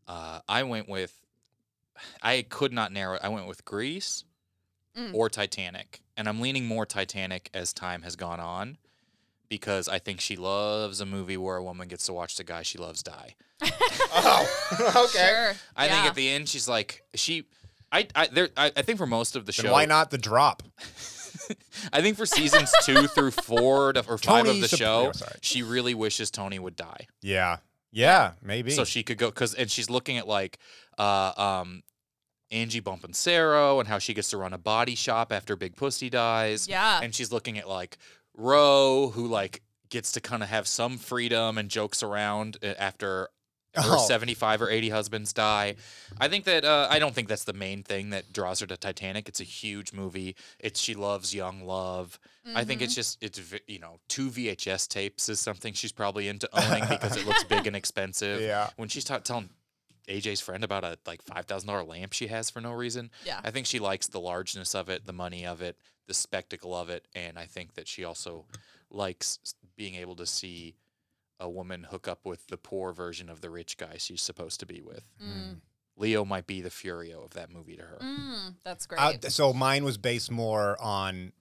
A: Uh, I went with, I could not narrow it. I went with Grease or Titanic, and I'm leaning more Titanic as time has gone on, because I think she loves a movie where a woman gets to watch the guy she loves die. [LAUGHS]
F: Oh, okay.
G: Sure.
A: I
G: yeah.
A: think at the end she's like she. I, I, there, I, I think for most of the show,
F: Then why not the drop?
A: [LAUGHS] I think for seasons two through four to, or five
F: Tony
A: of the
F: Sop-
A: show,
F: oh, sorry.
A: she really wishes Tony would die.
F: Yeah. Yeah, maybe.
A: so she could go because and she's looking at like uh um Angie Bumpancero and how she gets to run a body shop after Big Pussy dies.
G: Yeah.
A: And she's looking at like Roe, who like gets to kind of have some freedom and jokes around uh, after her
F: Oh.
A: 75 or 80 husbands die. I think that uh, I don't think that's the main thing that draws her to Titanic. It's a huge movie. It's she loves young love. I
G: Mm-hmm.
A: think
F: Mm-hmm.
A: it's just it's v- you know two VHS tapes is something she's probably into owning because it
F: [LAUGHS]
A: looks big and expensive.
F: Yeah.
A: When she's ta- telling AJ's friend about a like five thousand dollar lamp she has for no reason.
G: Yeah.
A: I think she likes the largeness of it, the money of it, the spectacle of it, and I think that she also likes s- being able to see a woman hook up with the poor version of the rich guy she's supposed to be with.
G: Mm.
A: Leo might be the Furio of that movie to her.
G: Mm, that's great.
F: Uh, th- so mine was based more on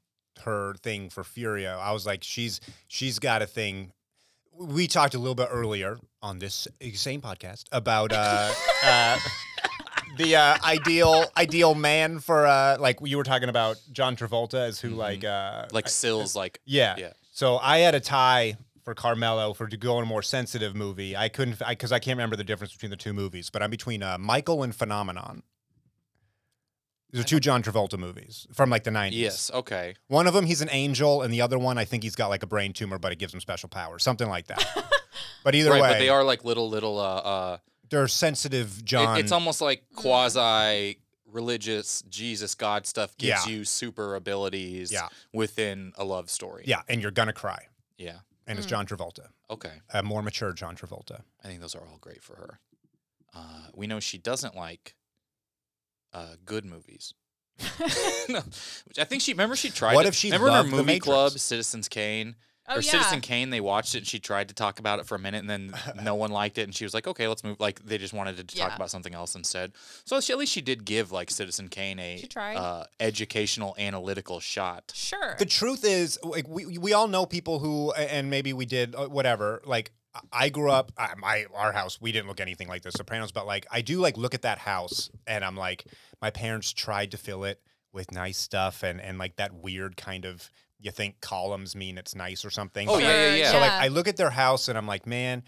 F: her thing for Furio. I was like, she's she's got a thing. We talked a little bit earlier on this same podcast about uh, uh, the uh, ideal ideal man for uh, like you were talking about John Travolta as who like uh,
A: Like Sills, like
F: yeah.
A: Yeah.
F: So I had a tie for Carmelo for to go in a more sensitive movie. I couldn't because I, can't remember the difference between the two movies, but I'm between uh, Michael and Phenomenon. These are two John Travolta movies from like the 90s.
A: yes, okay.
F: One of them, he's an angel, and the other one, I think he's got like a brain tumor, but it gives him special powers, something
A: [LAUGHS]
F: like that. but either
A: right,
F: way,
A: but they are like little little uh uh
F: they're sensitive
A: it-
F: John.
A: it's almost like quasi religious Jesus God stuff gives
F: Yeah.
A: you super abilities
F: Yeah.
A: within a love story.
F: yeah, and you're going to cry.
A: Yeah.
F: And it's
A: Hmm.
F: John Travolta,
A: Okay.
F: a more mature John Travolta.
A: I think those are all great for her. Uh, we know she doesn't like uh, good movies. [LAUGHS] no, which I think she remember she tried.
F: What
A: to-
F: if she
A: remember in
F: loved The
A: her movie
F: Matrix?
A: club Citizens Kane
G: Oh,
A: or
G: yeah.
A: Citizen Kane? They watched it. and She tried to talk about it for a minute, and
F: [LAUGHS]
A: then no one liked it, and she was like, "Okay, let's move." Like they just wanted to talk
G: Yeah.
A: about something else instead. So she, at least she did give like Citizen Kane a
G: She tried.
A: Uh, educational analytical shot.
G: sure.
F: The truth is, like we we all know people who, and maybe we did uh, whatever. Like I- I grew up, I, my our house, we didn't look anything like The Sopranos, but like I do like look at that house, and I'm like, my parents tried to fill it with nice stuff, and and like that weird kind of you think columns mean it's nice or something.
A: Oh,
F: but,
A: yeah, yeah,
G: Sure,
A: yeah.
F: so like I look at their house and I'm like, man,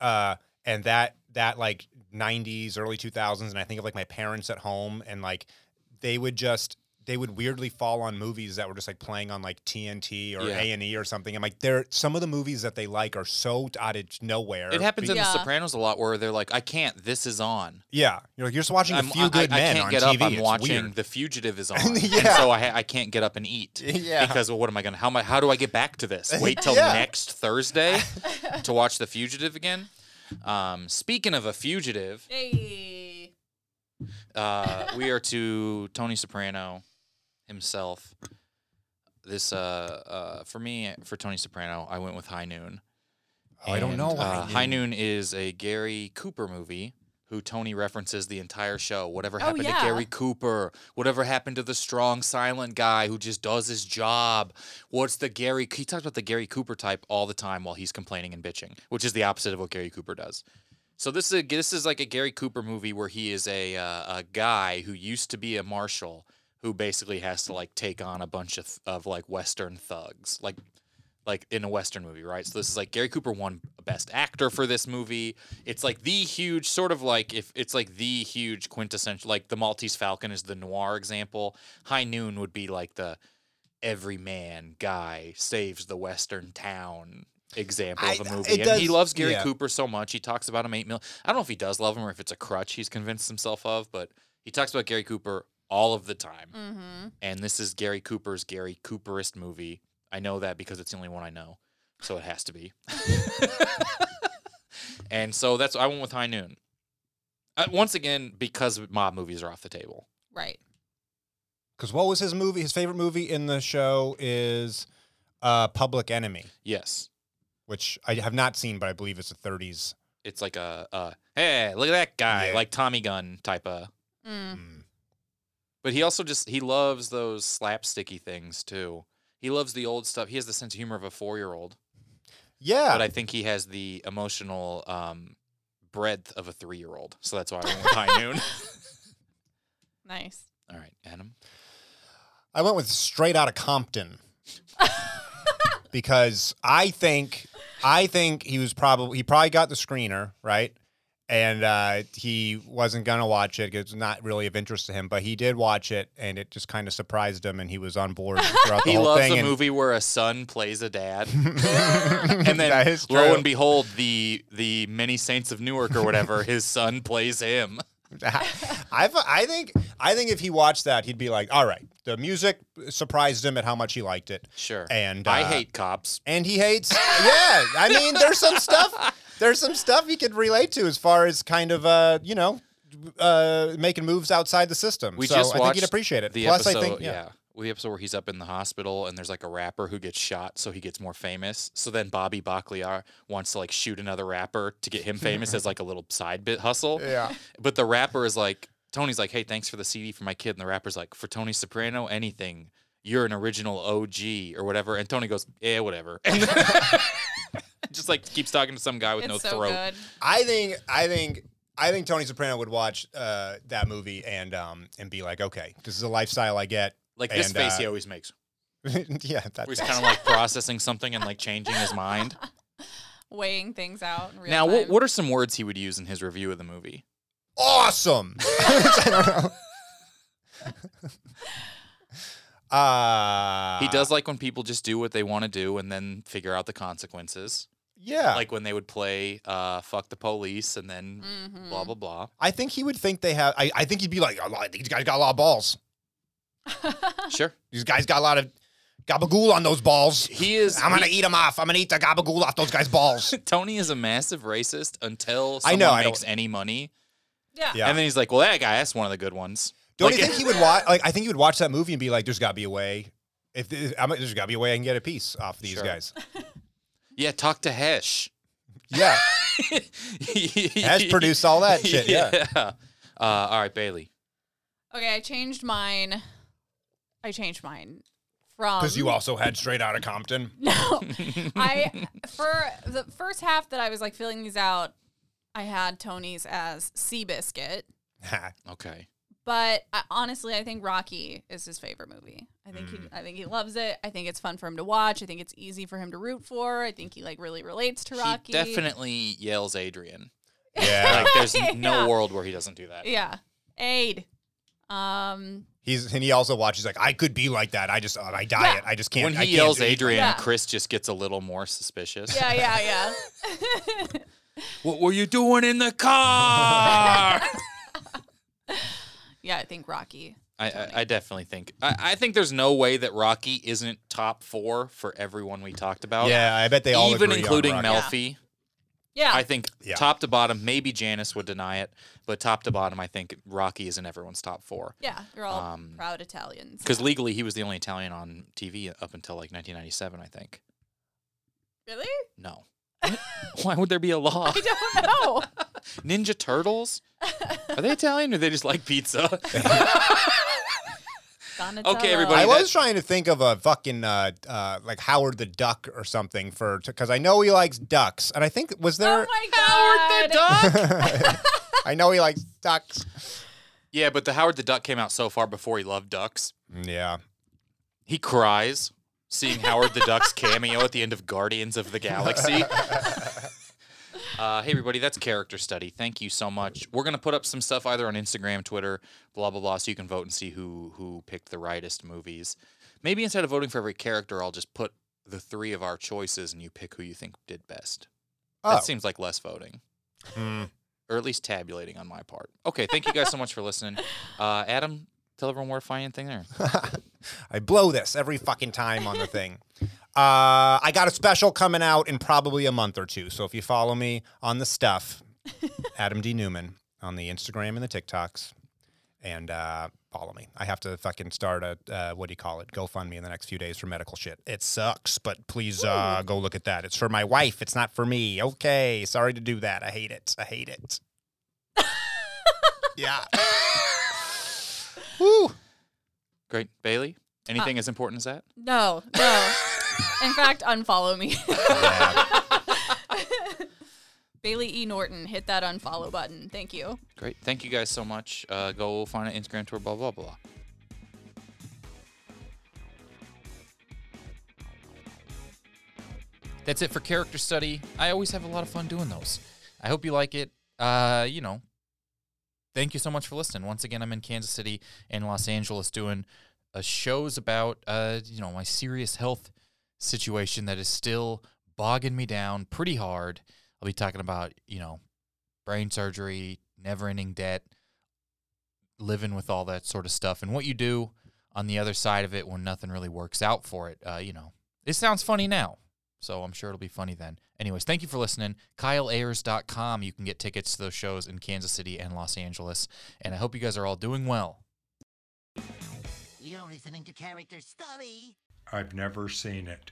F: uh, and that that like 90s, early 2000s, and I think of like my parents at home and like they would just they would weirdly fall on movies that were just like playing on like TNT or
A: Yeah.
F: A and E or something. I'm like, there some of the movies that they like are so out of nowhere.
A: It happens in
F: Be-
A: The
G: Yeah.
A: Sopranos a lot, where they're like, "I can't. This is on."
F: yeah, you're like you're just watching
A: I'm-
F: a few good
A: I,
F: men
A: I can't
F: on
A: get
F: TV.
A: up. I'm
F: It's
A: watching
F: weird.
A: The Fugitive
F: [LAUGHS]
A: is on, and
F: Yeah.
A: so I, I can't get up and eat.
F: [LAUGHS] Yeah.
A: Because well, what am I gonna? How am I, How do I get back to
F: [LAUGHS]
A: this? Wait till
F: Yeah.
A: next
F: [LAUGHS]
A: Thursday to watch The Fugitive again. Um, speaking of a fugitive,
G: hey.
A: uh, we are to Tony Soprano himself. This uh, uh, for me for Tony Soprano, I went with High Noon.
F: Oh, I don't
A: And,
F: know. why
A: Uh,
F: I
A: High
F: knew.
A: Noon is a Gary Cooper movie who Tony references the entire show. Whatever
G: Oh,
A: happened
G: yeah.
A: to Gary Cooper? Whatever happened to the strong, silent guy who just does his job? What's the Gary? He talks about the Gary Cooper type all the time while he's complaining and bitching, which is the opposite of what Gary Cooper does. So this is a, this is like a Gary Cooper movie where he is a uh, a guy who used to be a marshal who basically has to like take on a bunch of of like Western thugs, like like in a Western movie, right? So this is like Gary Cooper won Best Actor for this movie. It's like the huge sort of like if it's like the huge quintessential like the Maltese Falcon is the noir example. High Noon would be like the everyman guy saves the Western town example of
F: I-
A: a
F: it
A: movie. and
F: does-
A: he loves Gary
F: yeah.
A: Cooper so much. He talks about him eight mil. I don't know if he does love him or if it's a crutch he's convinced himself of, but he talks about Gary Cooper all of the
F: Mm.
A: time.
G: Mm-hmm.
A: And this is Gary Cooper's Gary Cooperist movie. I know that because it's the only one I know, so it has to be. [LAUGHS] and so that's I went with High Noon. Uh, once again, because mob movies are off the table.
G: Right.
F: Because what was his movie? His favorite movie in the show is uh, Public Enemy,
A: Yes,
F: which I have not seen, but I believe it's a 30s.
A: it's like a, a hey, look at that guy,
F: Yeah.
A: like Tommy Gun type of.
G: Mm.
A: But he also just he loves those slapsticky things too. He loves the old stuff. He has the sense of humor of a four year old,
F: Yeah.
A: but I [LAUGHS] think he has the emotional um, breadth of a three year old. So that's why I went
F: [LAUGHS]
A: with High Noon.
G: Nice.
A: All right, Adam. [LAUGHS]
F: I went with Straight Outta Compton. because I think I think he was probably he probably got the screener right, and uh, he wasn't gonna watch it. 'cause It's not really of interest to him, but he did watch it, and it just kind of surprised him, and he was
A: [LAUGHS]
F: on board throughout the
A: He
F: whole
A: loves
F: thing.
A: a
F: and-
A: movie where a son plays a
F: [LAUGHS]
A: dad, and
F: That
A: then
F: is
A: lo
F: true.
A: and behold, the the many saints of Newark or
F: [LAUGHS]
A: whatever, his son plays him.
F: I, I think I think if he watched that, he'd be like, "All right." The music surprised him at how much he liked it.
A: Sure.
F: And
A: I
F: uh,
A: hate cops.
F: and he hates. yeah, I mean, there's some stuff. There's some stuff he could relate to as far as kind of uh, you know, uh, making moves outside the system.
A: We
F: so
A: just
F: I
A: watched
F: think he'd appreciate it.
A: The
F: Plus,
A: episode,
F: I think
A: yeah. Well, The episode where he's up in the hospital and there's like a rapper who gets shot, so he gets more famous. So then Bobby Bakhtiar wants to like shoot another rapper to get him famous as like a little side bit hustle.
F: Yeah.
A: But the rapper is like, Tony's like, hey, thanks for the CD for my kid. And the rapper's like, for Tony Soprano, anything. You're an original OG or whatever. And Tony goes, yeah, whatever. [LAUGHS] And just like keeps talking to some guy with
G: it's
A: no
G: so
A: throat.
G: good.
F: I think I think I think Tony Soprano would watch uh, that movie and um and be like, okay, this is the lifestyle I get. [LAUGHS]
A: Like this
F: And,
A: face
F: uh,
A: he always makes.
F: yeah, that, [LAUGHS]
A: Where he's kind of like processing something and like changing his mind.
G: Weighing things out. In [LAUGHS] real
A: Now, what,
G: time.
A: what are some words he would use in his review of the movie? [LAUGHS]
F: awesome. [LAUGHS] I don't know. Uh,
A: he does like when people just do what they want to do and then figure out the consequences.
F: yeah.
A: Like when they would play uh, "fuck the police" and then
G: Mm-hmm.
A: blah blah
G: [LAUGHS]
A: blah.
F: I think he would think they have. I, I think he'd be like, "A lot- these guys got a lot of balls.
A: Sure,
F: These guys got a lot of gabagool on those balls.
A: he is.
F: I'm gonna
A: he-
F: eat them off. I'm gonna eat the gabagool off those guys'
A: [LAUGHS]
F: balls.
A: Tony is a massive racist until
F: I
A: someone
F: know, I don't-
A: makes any money,
G: Yeah.
F: Yeah.
A: and then he's like, "Well, that guy, that's one of the good ones."
F: Don't
A: Like-
F: you think he would watch? Like, I think he would watch that movie and be like, "There's got to be a way. If th- I'm, there's got to be a way I can get a piece off these
A: Sure.
F: guys."
A: yeah, talk to Hesh. [LAUGHS]
F: Yeah,
A: Hesh
F: has produced all that shit.
A: [LAUGHS]
F: Yeah.
A: Uh, all right, Bailey.
G: Okay, I changed mine. I changed mine from
F: because you also had Straight Outta Compton.
G: [LAUGHS]
F: [LAUGHS]
A: [LAUGHS]
G: No, I for the first half that I was like filling these out, I had Tony's as Seabiscuit,
A: Okay.
G: but I, honestly, I think Rocky is his favorite movie. I think he,
A: Mm.
G: I think he loves it. I think it's fun for him to watch. I think it's easy for him to root for. I think he like really relates to Rocky.
A: He definitely yells
G: [LAUGHS]
A: Adrian.
F: yeah,
A: Like, there's n-
G: Yeah.
A: no world where he doesn't do that.
G: yeah, Aid. Um,
F: he's and he also watches like I could be like that. I just uh, my diet. I just can't.
A: When
F: I
A: he
F: can't
A: yells
F: do-
A: Adrian,
G: Yeah.
A: Chris just gets a little more suspicious.
G: yeah, yeah, yeah.
A: [LAUGHS] What were you doing in the
G: [LAUGHS]
A: car?
G: yeah, I think Rocky.
A: I, I, I definitely think I, I think there's no way that Rocky isn't top four for everyone we talked about.
F: Yeah, I bet they all
A: even
F: agree on
A: including
F: Rocky.
A: Melfi.
G: Yeah,
A: I think
F: Yeah.
A: top to bottom, maybe Janice would deny it, but top to bottom, I think Rocky is in everyone's top four.
G: yeah. You're all
A: Um,
G: proud Italians.
A: Because legally, he was the only Italian on TV up until like 1997, I think.
G: Really? [LAUGHS]
A: No. [LAUGHS] Why would there be a law?
G: I don't know.
A: Ninja
G: [LAUGHS]
A: Turtles? Are they Italian or they just like
F: [LAUGHS]
A: pizza?
G: Donatello.
A: everybody.
F: I
A: Like
F: was
A: that-
F: trying to think of a fucking uh, uh, like Howard the Duck or something for because I know he likes ducks, and I think was
G: Oh
F: there.
G: my god.
F: [LAUGHS] I know he likes ducks.
A: yeah, but the Howard the Duck came out so far before he loved ducks.
F: Yeah,
A: He cries seeing Howard the Duck's cameo at the end of Guardians of the Galaxy. Uh, hey everybody, that's character study. Thank you so much. We're gonna put up some stuff either on Instagram, Twitter, blah blah blah, so you can vote and see who who picked the rightest movies. Maybe instead of voting for every character, I'll just put the three of our choices and you pick who you think did best.
F: Oh.
A: That seems like less voting.
F: Hmm.
A: Or at least tabulating on my part. Okay, thank you guys so much for listening. Uh, Adam, tell everyone where to find anything there.
F: [LAUGHS] I blow this every fucking time on the thing. Uh, I got a special coming out in probably a month or two. So if you follow me on the stuff, Adam D. Newman on the Instagram and the TikToks, and uh, follow me. I have to fucking start a, uh, what do you call it, GoFundMe in the next few days for medical shit. It sucks, but please uh, go look at that. It's for my wife, it's not for me. Okay. Sorry to do that. I hate it. I hate it. yeah. Woo.
A: Great. Bailey, anything as important as that?
G: No, no.
A: [LAUGHS]
G: In fact, unfollow me. [LAUGHS] Bailey E. Norton, hit that unfollow button. Thank you.
A: Great. Thank you guys so much. Uh, go find an Instagram tour, blah, blah, blah. That's it for character study. I always have a lot of fun doing those. I hope you like it. Uh, you know, thank you so much for listening. Once again, I'm in Kansas City and Los Angeles doing uh, shows about uh, you know my serious health situation that is still bogging me down pretty hard. I'll be talking about you know brain surgery, never-ending debt, living with all that sort of stuff, and what you do on the other side of it when nothing really works out for it. Uh, you know, it sounds funny now. So I'm sure it'll be funny then. Anyways, thank you for listening. KyleAyers.com. You can get tickets to those shows in Kansas City and Los Angeles. And I hope you guys are all doing well.
E: You're listening to character study.
I: I've never seen it.